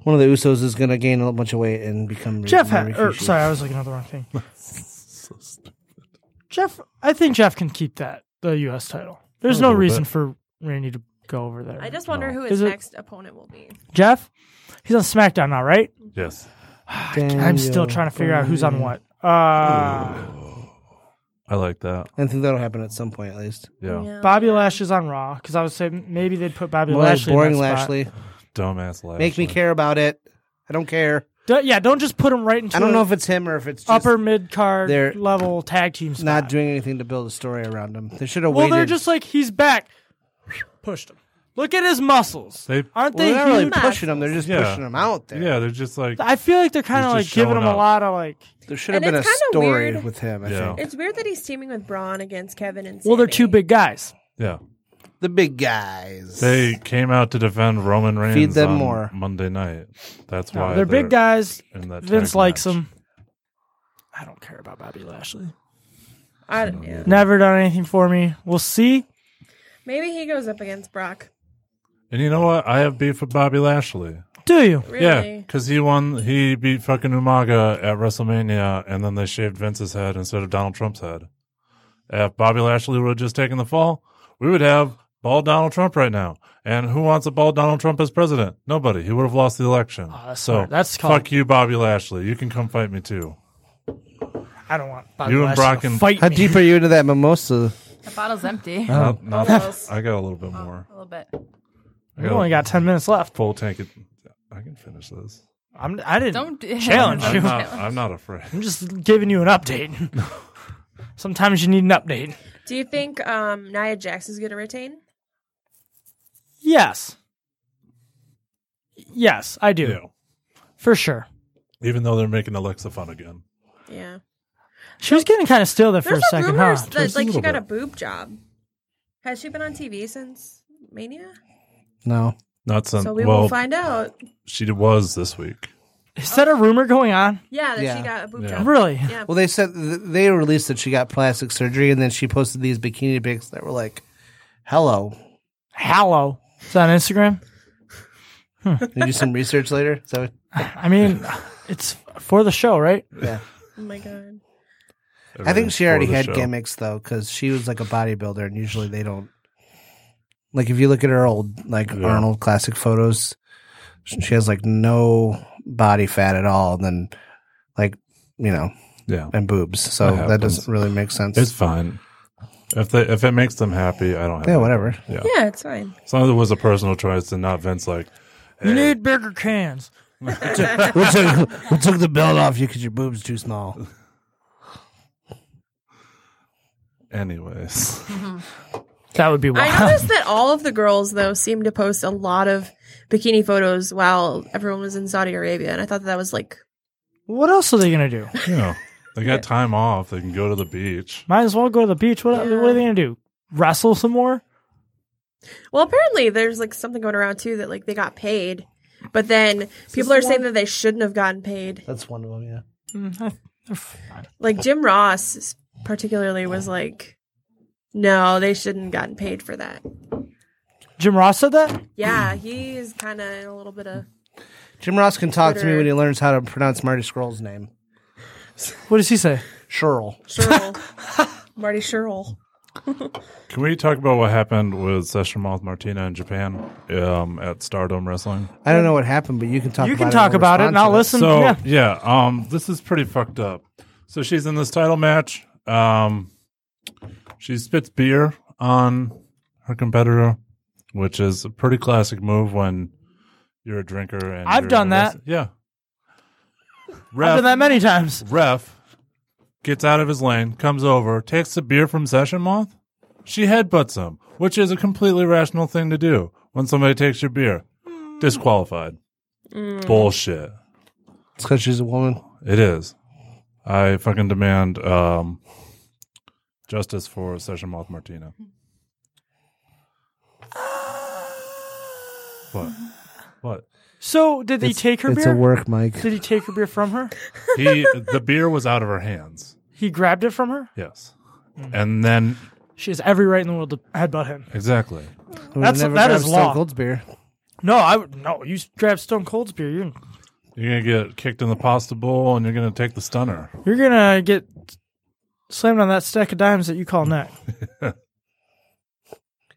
Speaker 7: One of the Usos is gonna gain a bunch of weight and become
Speaker 8: Jeff.
Speaker 7: Ri-
Speaker 6: er,
Speaker 8: Ha-
Speaker 7: Rikishi.
Speaker 8: or, sorry, I was looking at the wrong thing. Jeff, I think Jeff can keep that the U.S. title. There's
Speaker 9: A
Speaker 8: no
Speaker 9: little
Speaker 8: reason
Speaker 9: bit.
Speaker 8: for Randy to go over there.
Speaker 11: I just wonder who
Speaker 8: Is
Speaker 11: his
Speaker 8: it-
Speaker 11: next opponent will be.
Speaker 8: Jeff, he's on SmackDown now, right?
Speaker 9: Yes.
Speaker 8: I'm still trying to figure out who's on what. Uh,
Speaker 9: I like that.
Speaker 7: I think that'll happen at some point at least.
Speaker 9: Yeah.
Speaker 8: Bobby Lash is on Raw because I would say maybe they'd put Bobby
Speaker 7: More like
Speaker 8: Lashley. in
Speaker 7: boring
Speaker 8: that spot.
Speaker 7: Lashley.
Speaker 9: Dumbass Lashley.
Speaker 7: Make me care about it. I don't care.
Speaker 8: Do- yeah, don't just put him right into.
Speaker 7: I don't
Speaker 8: a
Speaker 7: know if it's him or if it's just
Speaker 8: upper
Speaker 7: they're
Speaker 8: mid card level tag team spot.
Speaker 7: not doing anything to build a story around him. They should have
Speaker 8: well,
Speaker 7: waited.
Speaker 8: they're just like he's back. Pushed him. Look at his muscles.
Speaker 9: They-
Speaker 8: Aren't
Speaker 7: Well,
Speaker 8: they
Speaker 7: they're not really
Speaker 8: huge?
Speaker 7: pushing him. They're just
Speaker 9: Yeah.
Speaker 7: pushing him out there.
Speaker 9: Yeah, they're just like.
Speaker 8: I feel like they're kind of
Speaker 9: He's
Speaker 8: like
Speaker 9: just
Speaker 8: giving
Speaker 9: showing
Speaker 8: him a
Speaker 9: up.
Speaker 8: lot of like.
Speaker 7: There should have
Speaker 11: And
Speaker 7: been a
Speaker 11: it's kinda
Speaker 7: story
Speaker 11: weird.
Speaker 7: with him. I
Speaker 9: Yeah.
Speaker 7: think
Speaker 11: It's weird that he's teaming with Braun against Kevin and
Speaker 8: Well, they're
Speaker 11: Sammy.
Speaker 8: two big guys.
Speaker 9: Yeah.
Speaker 7: the big guys.
Speaker 9: They came out to defend Roman Reigns
Speaker 7: Feed them
Speaker 9: on
Speaker 7: more.
Speaker 9: Monday night. That's
Speaker 8: No,
Speaker 9: why
Speaker 8: they're big guys.
Speaker 9: in that
Speaker 8: Vince
Speaker 9: tag
Speaker 8: likes
Speaker 9: match.
Speaker 8: them. I don't care about Bobby Lashley.
Speaker 11: I don't, yeah.
Speaker 8: Never done anything for me. We'll see.
Speaker 11: Maybe he goes up against Brock.
Speaker 9: And you know what? I have beef with Bobby Lashley.
Speaker 8: Do you?
Speaker 11: Really?
Speaker 9: Yeah, because he won. He beat fucking Umaga at WrestleMania, and then they shaved Vince's head instead of Donald Trump's head. If Bobby Lashley would have just taken the fall, we would have bald Donald Trump right now. And who wants a bald Donald Trump as president? Nobody. He would have lost the election.
Speaker 8: Oh, that's
Speaker 9: so
Speaker 8: smart. That's called-
Speaker 9: fuck you, Bobby Lashley. You can come fight me too.
Speaker 8: I don't want Bobby
Speaker 9: You and
Speaker 8: Lashley
Speaker 9: Brock
Speaker 8: to
Speaker 9: and-
Speaker 8: fight
Speaker 7: How
Speaker 8: me.
Speaker 7: deep are you into that mimosa?
Speaker 12: The bottle's empty.
Speaker 8: Uh-huh.
Speaker 9: Not, not,
Speaker 12: Almost.
Speaker 9: I got a little bit more.
Speaker 12: A little bit.
Speaker 9: I
Speaker 8: We only got ten minutes left.
Speaker 9: full tank. Of, I can finish this.
Speaker 8: I'm. I didn't
Speaker 12: Don't do-
Speaker 8: challenge
Speaker 9: I'm
Speaker 8: you.
Speaker 9: not, I'm not afraid.
Speaker 8: I'm just giving you an update. Sometimes you need an update.
Speaker 11: Do you think um, Nia Jax is going to retain?
Speaker 8: Yes. Yes, I do.
Speaker 9: Yeah.
Speaker 8: For sure.
Speaker 9: Even though they're making Alexa fun again.
Speaker 11: Yeah.
Speaker 8: She was getting kind of still there for
Speaker 11: There's
Speaker 8: a
Speaker 11: a
Speaker 8: second, huh?
Speaker 11: rumors that
Speaker 9: Just a
Speaker 11: like she
Speaker 9: little
Speaker 11: got
Speaker 9: bit.
Speaker 11: a boob job. Has she been on TV since Mania?
Speaker 7: No.
Speaker 9: Not since.
Speaker 11: so we
Speaker 9: Um, well,
Speaker 11: will find out.
Speaker 9: she was this week.
Speaker 8: Is that a rumor going on?
Speaker 11: Yeah, that
Speaker 7: Yeah.
Speaker 11: she got a boob
Speaker 9: Yeah.
Speaker 11: job.
Speaker 8: Really?
Speaker 11: Yeah.
Speaker 7: Well, they said th- they released that she got plastic surgery, and then she posted these bikini pics that were like, "Hello."
Speaker 8: Hello. Is that on Instagram?
Speaker 7: Did you do some research later? So
Speaker 8: I mean, it's for the show, right?
Speaker 7: yeah,
Speaker 11: Oh my god.
Speaker 7: I think she already
Speaker 9: For the
Speaker 7: had
Speaker 9: show.
Speaker 7: gimmicks though, because she was like a bodybuilder, and usually they don't. Like if you look at her old like
Speaker 9: Yeah.
Speaker 7: Arnold classic photos, sh- she has like no body fat at all, and then like you know
Speaker 9: Yeah,
Speaker 7: and boobs. So
Speaker 9: That
Speaker 7: that
Speaker 9: happens.
Speaker 7: doesn't really make sense.
Speaker 9: it's fine. If they, if it makes them happy, I don't have.
Speaker 7: yeah,
Speaker 9: it.
Speaker 7: whatever.
Speaker 9: Yeah,
Speaker 11: Yeah, it's fine.
Speaker 9: some of it was a personal choice, and not Vince. Like,
Speaker 8: You need bigger cans.
Speaker 7: we took we took the belt off you because your boobs too small.
Speaker 9: anyways,
Speaker 8: That would be
Speaker 11: I
Speaker 8: wild.
Speaker 11: noticed that all of the girls though seemed to post a lot of bikini photos while everyone was in Saudi Arabia, and I thought that, that was like
Speaker 8: What else are they gonna do?
Speaker 9: you know, they got time off. They can go to the beach.
Speaker 8: Might as well go to the beach. What,
Speaker 11: Yeah.
Speaker 8: what are they gonna do? Wrestle some more?
Speaker 11: Well, apparently there's like something going around too that like they got paid, but then people are saying that they shouldn't have gotten paid.
Speaker 7: That's one of them. Yeah.
Speaker 8: Mm, I- they're fine.
Speaker 11: Like Jim Ross particularly was like, no, they shouldn't have gotten paid for that.
Speaker 8: Jim Ross said that.
Speaker 11: Yeah, he's kind of in a little bit of
Speaker 7: Jim Ross can talk to me
Speaker 11: Twitter.
Speaker 7: when he learns how to pronounce Marty Scroll's name.
Speaker 8: What does he say?
Speaker 7: Sherl.
Speaker 11: Sherl. Marty Sherl.
Speaker 9: Can we talk about what happened with Session Mouth Martina in Japan um, at Stardom Wrestling?
Speaker 7: I don't know what happened, but you can talk.
Speaker 8: You
Speaker 7: about
Speaker 8: can
Speaker 7: it
Speaker 8: talk
Speaker 7: I'll
Speaker 8: about it,
Speaker 7: respond
Speaker 8: and
Speaker 7: to uh,
Speaker 8: I'll listen.
Speaker 9: So
Speaker 8: yeah.
Speaker 9: yeah. um, this is pretty fucked up. So she's in this title match. Um, she spits beer on her competitor, which is a pretty classic move when you're a drinker. And
Speaker 8: I've
Speaker 9: you're
Speaker 8: done that.
Speaker 9: arrested. Yeah.
Speaker 8: I've done that many times.
Speaker 9: Ref gets out of his lane, comes over, takes the beer from Session Moth. She headbutts him, which is a completely rational thing to do when somebody takes your beer.
Speaker 8: Hmm.
Speaker 9: Disqualified. Bullshit.
Speaker 7: It's because she's a woman.
Speaker 9: It is. I fucking demand um, justice for Session Moth Martina. What? What?
Speaker 8: So did he
Speaker 7: It's-
Speaker 8: take her
Speaker 7: it's a
Speaker 8: beer?
Speaker 7: work, Mike.
Speaker 8: Did he take her beer from her?
Speaker 9: He the beer was out of her hands.
Speaker 8: He grabbed it from her.
Speaker 9: Yes.
Speaker 8: Mm.
Speaker 9: And then
Speaker 8: She has every right in the world to headbutt him.
Speaker 9: exactly.
Speaker 7: I would
Speaker 8: That's
Speaker 7: never
Speaker 8: that
Speaker 7: grab
Speaker 8: is
Speaker 7: Stone
Speaker 8: law.
Speaker 7: Cold's beer.
Speaker 8: No, I would no. You grab Stone Cold's beer. You're
Speaker 9: You're gonna get kicked in the pasta bowl and you're gonna take the stunner.
Speaker 8: you're gonna get slammed on that stack of dimes that you call neck.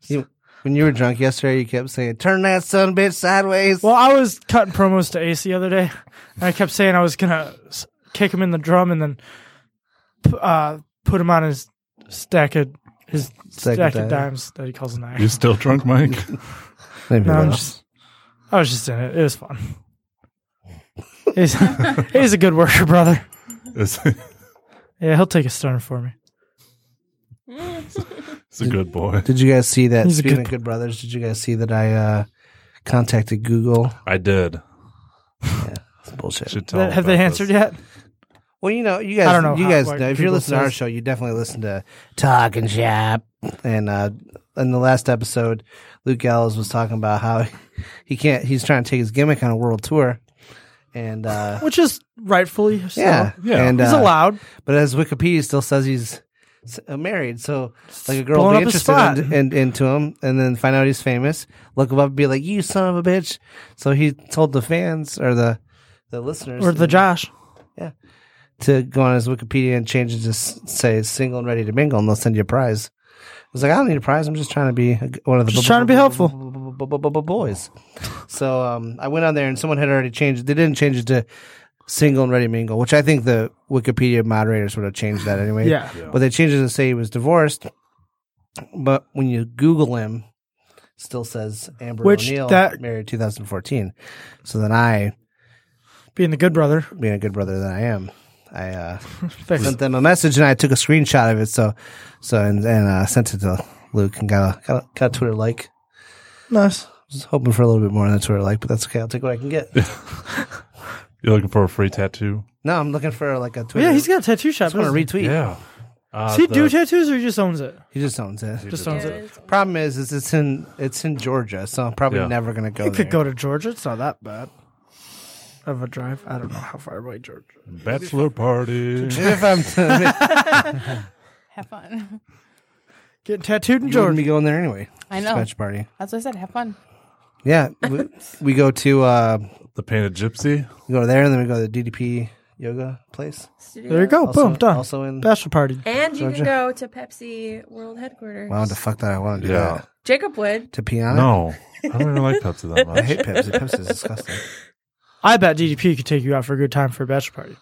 Speaker 7: You- when you were drunk yesterday, you kept saying, "Turn that son bitch sideways."
Speaker 8: Well, I was cutting promos to Ace the other day, and I kept saying I was gonna s- kick him in the drum and then p- uh, put him on his stack of his
Speaker 7: Stack
Speaker 8: stack,
Speaker 7: of dimes.
Speaker 8: of dimes that he calls an
Speaker 9: You
Speaker 8: axe.
Speaker 9: still drunk, Mike?
Speaker 7: Maybe
Speaker 8: No,
Speaker 7: not.
Speaker 8: I'm just, I was just in it. It was fun. he's, he's a good worker, brother.
Speaker 9: it's, it's
Speaker 8: Yeah, he'll take a stunner for me.
Speaker 9: a good boy.
Speaker 7: Did you guys see that?
Speaker 8: He's a
Speaker 7: Speaking
Speaker 8: good-
Speaker 7: of Good Brothers, did you guys see that I uh, contacted Google?
Speaker 9: I did.
Speaker 7: It's bullshit.
Speaker 9: Should tell
Speaker 8: That- have they
Speaker 9: about
Speaker 8: answered
Speaker 9: this.
Speaker 8: yet?
Speaker 7: Well, you know, you guys,
Speaker 8: I don't know
Speaker 7: you
Speaker 8: how-
Speaker 7: guys
Speaker 8: what
Speaker 7: know. If you're
Speaker 8: Google
Speaker 7: listening to our
Speaker 8: says.
Speaker 7: show, you definitely listen to Talk and Shop. And uh, in the last episode, Luke Gallows was talking about how he can't. He's trying to take his gimmick on a world tour, and uh,
Speaker 8: Which is rightfully so.
Speaker 7: yeah,
Speaker 9: Yeah.
Speaker 7: and
Speaker 8: He's
Speaker 7: uh,
Speaker 8: allowed.
Speaker 7: But as Wikipedia still says, he's s- uh, married. So like a girl
Speaker 8: blowing
Speaker 7: will be
Speaker 8: up his
Speaker 7: interested in,
Speaker 8: spot.
Speaker 7: in, into him, and then find out he's famous. Look him up and be like, "You son of a bitch." So he told the fans or the the listeners
Speaker 8: Or the Josh.
Speaker 7: to go on his Wikipedia and change it to s- say single and ready to mingle, and they'll send you a prize. I was like, I don't need a prize. I'm just trying to be a g- one of the
Speaker 8: Just trying to be helpful.
Speaker 7: b- b- b- b- boys. So um, I went on there, and someone had already changed. it. They didn't change it to single and ready to mingle, which I think the Wikipedia moderators would have changed that anyway.
Speaker 8: Yeah.
Speaker 7: But they changed it to say he was divorced. But when you Google him, still says Amber
Speaker 8: Which
Speaker 7: O'Neill
Speaker 8: that-
Speaker 7: married 2014. So then I,
Speaker 8: Being the good brother.
Speaker 7: being a good brother that I am, I uh,
Speaker 8: Fix
Speaker 7: sent them a message and I took a screenshot of it. So, so and, and uh, sent it to Luke and got a got a, got a Twitter like.
Speaker 8: Nice.
Speaker 7: Was hoping for a little bit more than a Twitter like, but that's okay. I'll take what I can get.
Speaker 9: You're looking for a free tattoo?
Speaker 7: no, I'm looking for like a Twitter.
Speaker 8: Yeah, he's got a tattoo
Speaker 7: I
Speaker 8: shop.
Speaker 7: just want to
Speaker 8: doesn't he?
Speaker 7: retweet.
Speaker 9: Yeah. Uh,
Speaker 8: Does he do
Speaker 9: the-
Speaker 8: tattoos or he just owns it?
Speaker 7: He just owns it.
Speaker 8: Just owns it.
Speaker 7: Problem is, is it's in it's in Georgia, so I'm probably
Speaker 9: Yeah.
Speaker 7: never gonna go.
Speaker 8: You could
Speaker 7: there.
Speaker 8: go to Georgia. It's not that bad of a drive. I don't know how far away Georgia.
Speaker 9: Bachelor party.
Speaker 7: if I'm
Speaker 10: Have fun.
Speaker 8: Getting tattooed in
Speaker 7: you wouldn't be
Speaker 8: Georgia.
Speaker 7: going there anyway.
Speaker 10: I know.
Speaker 7: Scratch party.
Speaker 10: That's what I said. Have fun.
Speaker 7: Yeah, we, we go to uh,
Speaker 9: The painted gypsy.
Speaker 7: we go there, and then we go to the DDP yoga place.
Speaker 8: There you go.
Speaker 7: Also-
Speaker 8: Boom. Done.
Speaker 7: also in-
Speaker 8: bachelor party.
Speaker 11: And you can go to Pepsi World Headquarters.
Speaker 7: Wow, the fuck that I want to do
Speaker 9: Yeah.
Speaker 7: that
Speaker 11: Jacob would.
Speaker 7: to pee on it.
Speaker 9: No, I don't even like Pepsi that
Speaker 7: I
Speaker 9: much.
Speaker 7: hate Pepsi. Pepsi is disgusting.
Speaker 8: I bet DDP could take you out for a good time for a bachelor party.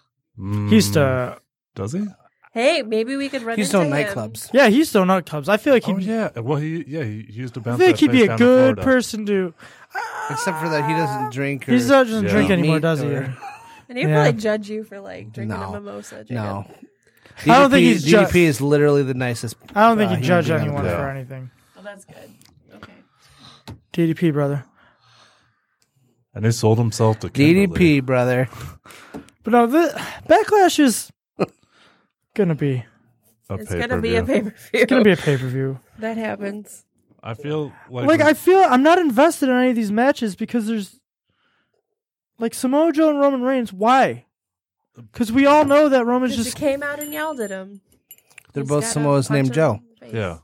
Speaker 8: He used to,
Speaker 9: Does he?
Speaker 11: Hey, maybe we could run
Speaker 7: He's
Speaker 11: into
Speaker 7: doing
Speaker 11: him.
Speaker 7: nightclubs.
Speaker 8: yeah, he used to own out clubs. I feel like he,
Speaker 9: Oh yeah. Well, he yeah he used to
Speaker 8: I
Speaker 9: bounce.
Speaker 8: feel like
Speaker 9: that
Speaker 8: he'd be
Speaker 9: face
Speaker 8: a
Speaker 9: down in
Speaker 8: good
Speaker 9: Florida.
Speaker 8: person to.
Speaker 7: Except for that, he
Speaker 8: Ah.
Speaker 7: doesn't drink. Or,
Speaker 8: He doesn't drink
Speaker 9: Yeah.
Speaker 8: anymore,
Speaker 7: Meat
Speaker 8: does he?
Speaker 7: or-
Speaker 11: And he'd
Speaker 8: Yeah.
Speaker 11: probably judge you for like drinking
Speaker 7: No.
Speaker 11: a mimosa. Jacob.
Speaker 7: no.
Speaker 8: I don't think
Speaker 7: DDP
Speaker 8: he's ju-
Speaker 7: DDP is literally the nicest.
Speaker 8: I don't think
Speaker 7: Uh,
Speaker 8: he'd
Speaker 7: he
Speaker 8: judge
Speaker 7: would be
Speaker 8: anyone
Speaker 9: down.
Speaker 8: for
Speaker 9: Yeah.
Speaker 8: anything.
Speaker 11: Well, Oh, that's good. Okay.
Speaker 8: DDP brother.
Speaker 9: And he sold himself to Kimberly.
Speaker 7: DDP brother.
Speaker 8: But no, the backlash is gonna be
Speaker 9: A
Speaker 11: It's gonna be
Speaker 9: pay-per-view.
Speaker 11: a pay per view.
Speaker 8: gonna be a pay per view.
Speaker 11: that happens.
Speaker 9: I feel like,
Speaker 8: Like I feel I'm not invested in any of these matches because there's like Samoa Joe and Roman Reigns. Why? Because we all know that Roman's
Speaker 11: Just
Speaker 8: just
Speaker 11: came out and yelled at him.
Speaker 7: They're
Speaker 11: He's
Speaker 7: both
Speaker 11: gotta
Speaker 7: Samoas
Speaker 11: punch
Speaker 7: named
Speaker 11: him
Speaker 7: Joe.
Speaker 11: in the face.
Speaker 9: yeah.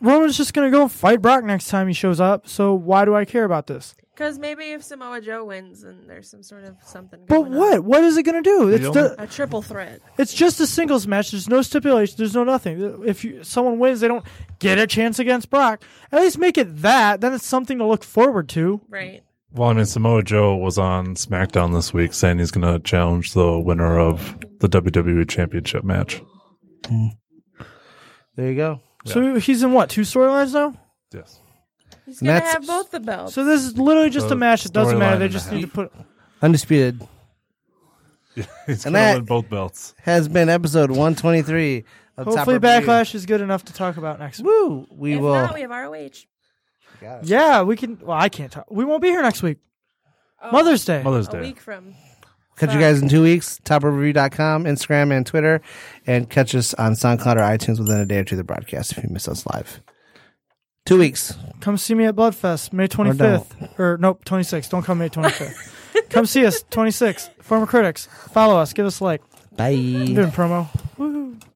Speaker 8: Roman's just gonna go fight Brock next time he shows up. So why do I care about this?
Speaker 11: Because maybe if Samoa Joe wins, then there's some sort of something.
Speaker 8: But
Speaker 11: going on.
Speaker 8: what? What is it going to do? It's the,
Speaker 11: a triple threat.
Speaker 8: It's just a singles match. There's no stipulation. There's no nothing. If you, someone wins, they don't get a chance against Brock. At least make it that. Then it's something to look forward to.
Speaker 11: Right.
Speaker 9: Well, I mean, Samoa Joe was on SmackDown this week saying he's going to challenge the winner of the WWE Championship match.
Speaker 6: There you go.
Speaker 8: So he's in what two storylines now?
Speaker 9: Yes.
Speaker 11: He's
Speaker 6: And
Speaker 11: gonna
Speaker 6: that's-
Speaker 11: have both the belts.
Speaker 8: So this is literally just
Speaker 9: So
Speaker 8: a match. It doesn't matter.
Speaker 9: storyline
Speaker 8: They
Speaker 9: and a
Speaker 8: just
Speaker 9: half.
Speaker 8: need to put.
Speaker 6: Undisputed
Speaker 9: He's
Speaker 6: And
Speaker 9: going to
Speaker 6: that-
Speaker 9: win both belts.
Speaker 6: has been episode 123 of
Speaker 8: Hopefully,
Speaker 6: Top Rope Review.
Speaker 8: backlash is good enough to talk about next. Week.
Speaker 6: Woo! We
Speaker 11: if
Speaker 6: will.
Speaker 11: not, we have ROH.
Speaker 8: Yeah, we can. Well, I can't talk. We won't be here next week. Mother's Day.
Speaker 9: Mother's
Speaker 11: A
Speaker 9: Day.
Speaker 11: week from.
Speaker 6: Catch you guys in two weeks. TopReview.com, Instagram, and Twitter. And catch us on SoundCloud or iTunes within a day or two of the broadcast if you miss us live. Two weeks.
Speaker 8: Come see me at Bloodfest, May 25th. Or, nope, 26th. Don't come May 25th. come see us, 26th. Former critics, follow us, give us a like.
Speaker 6: Bye.
Speaker 8: I'm doing promo.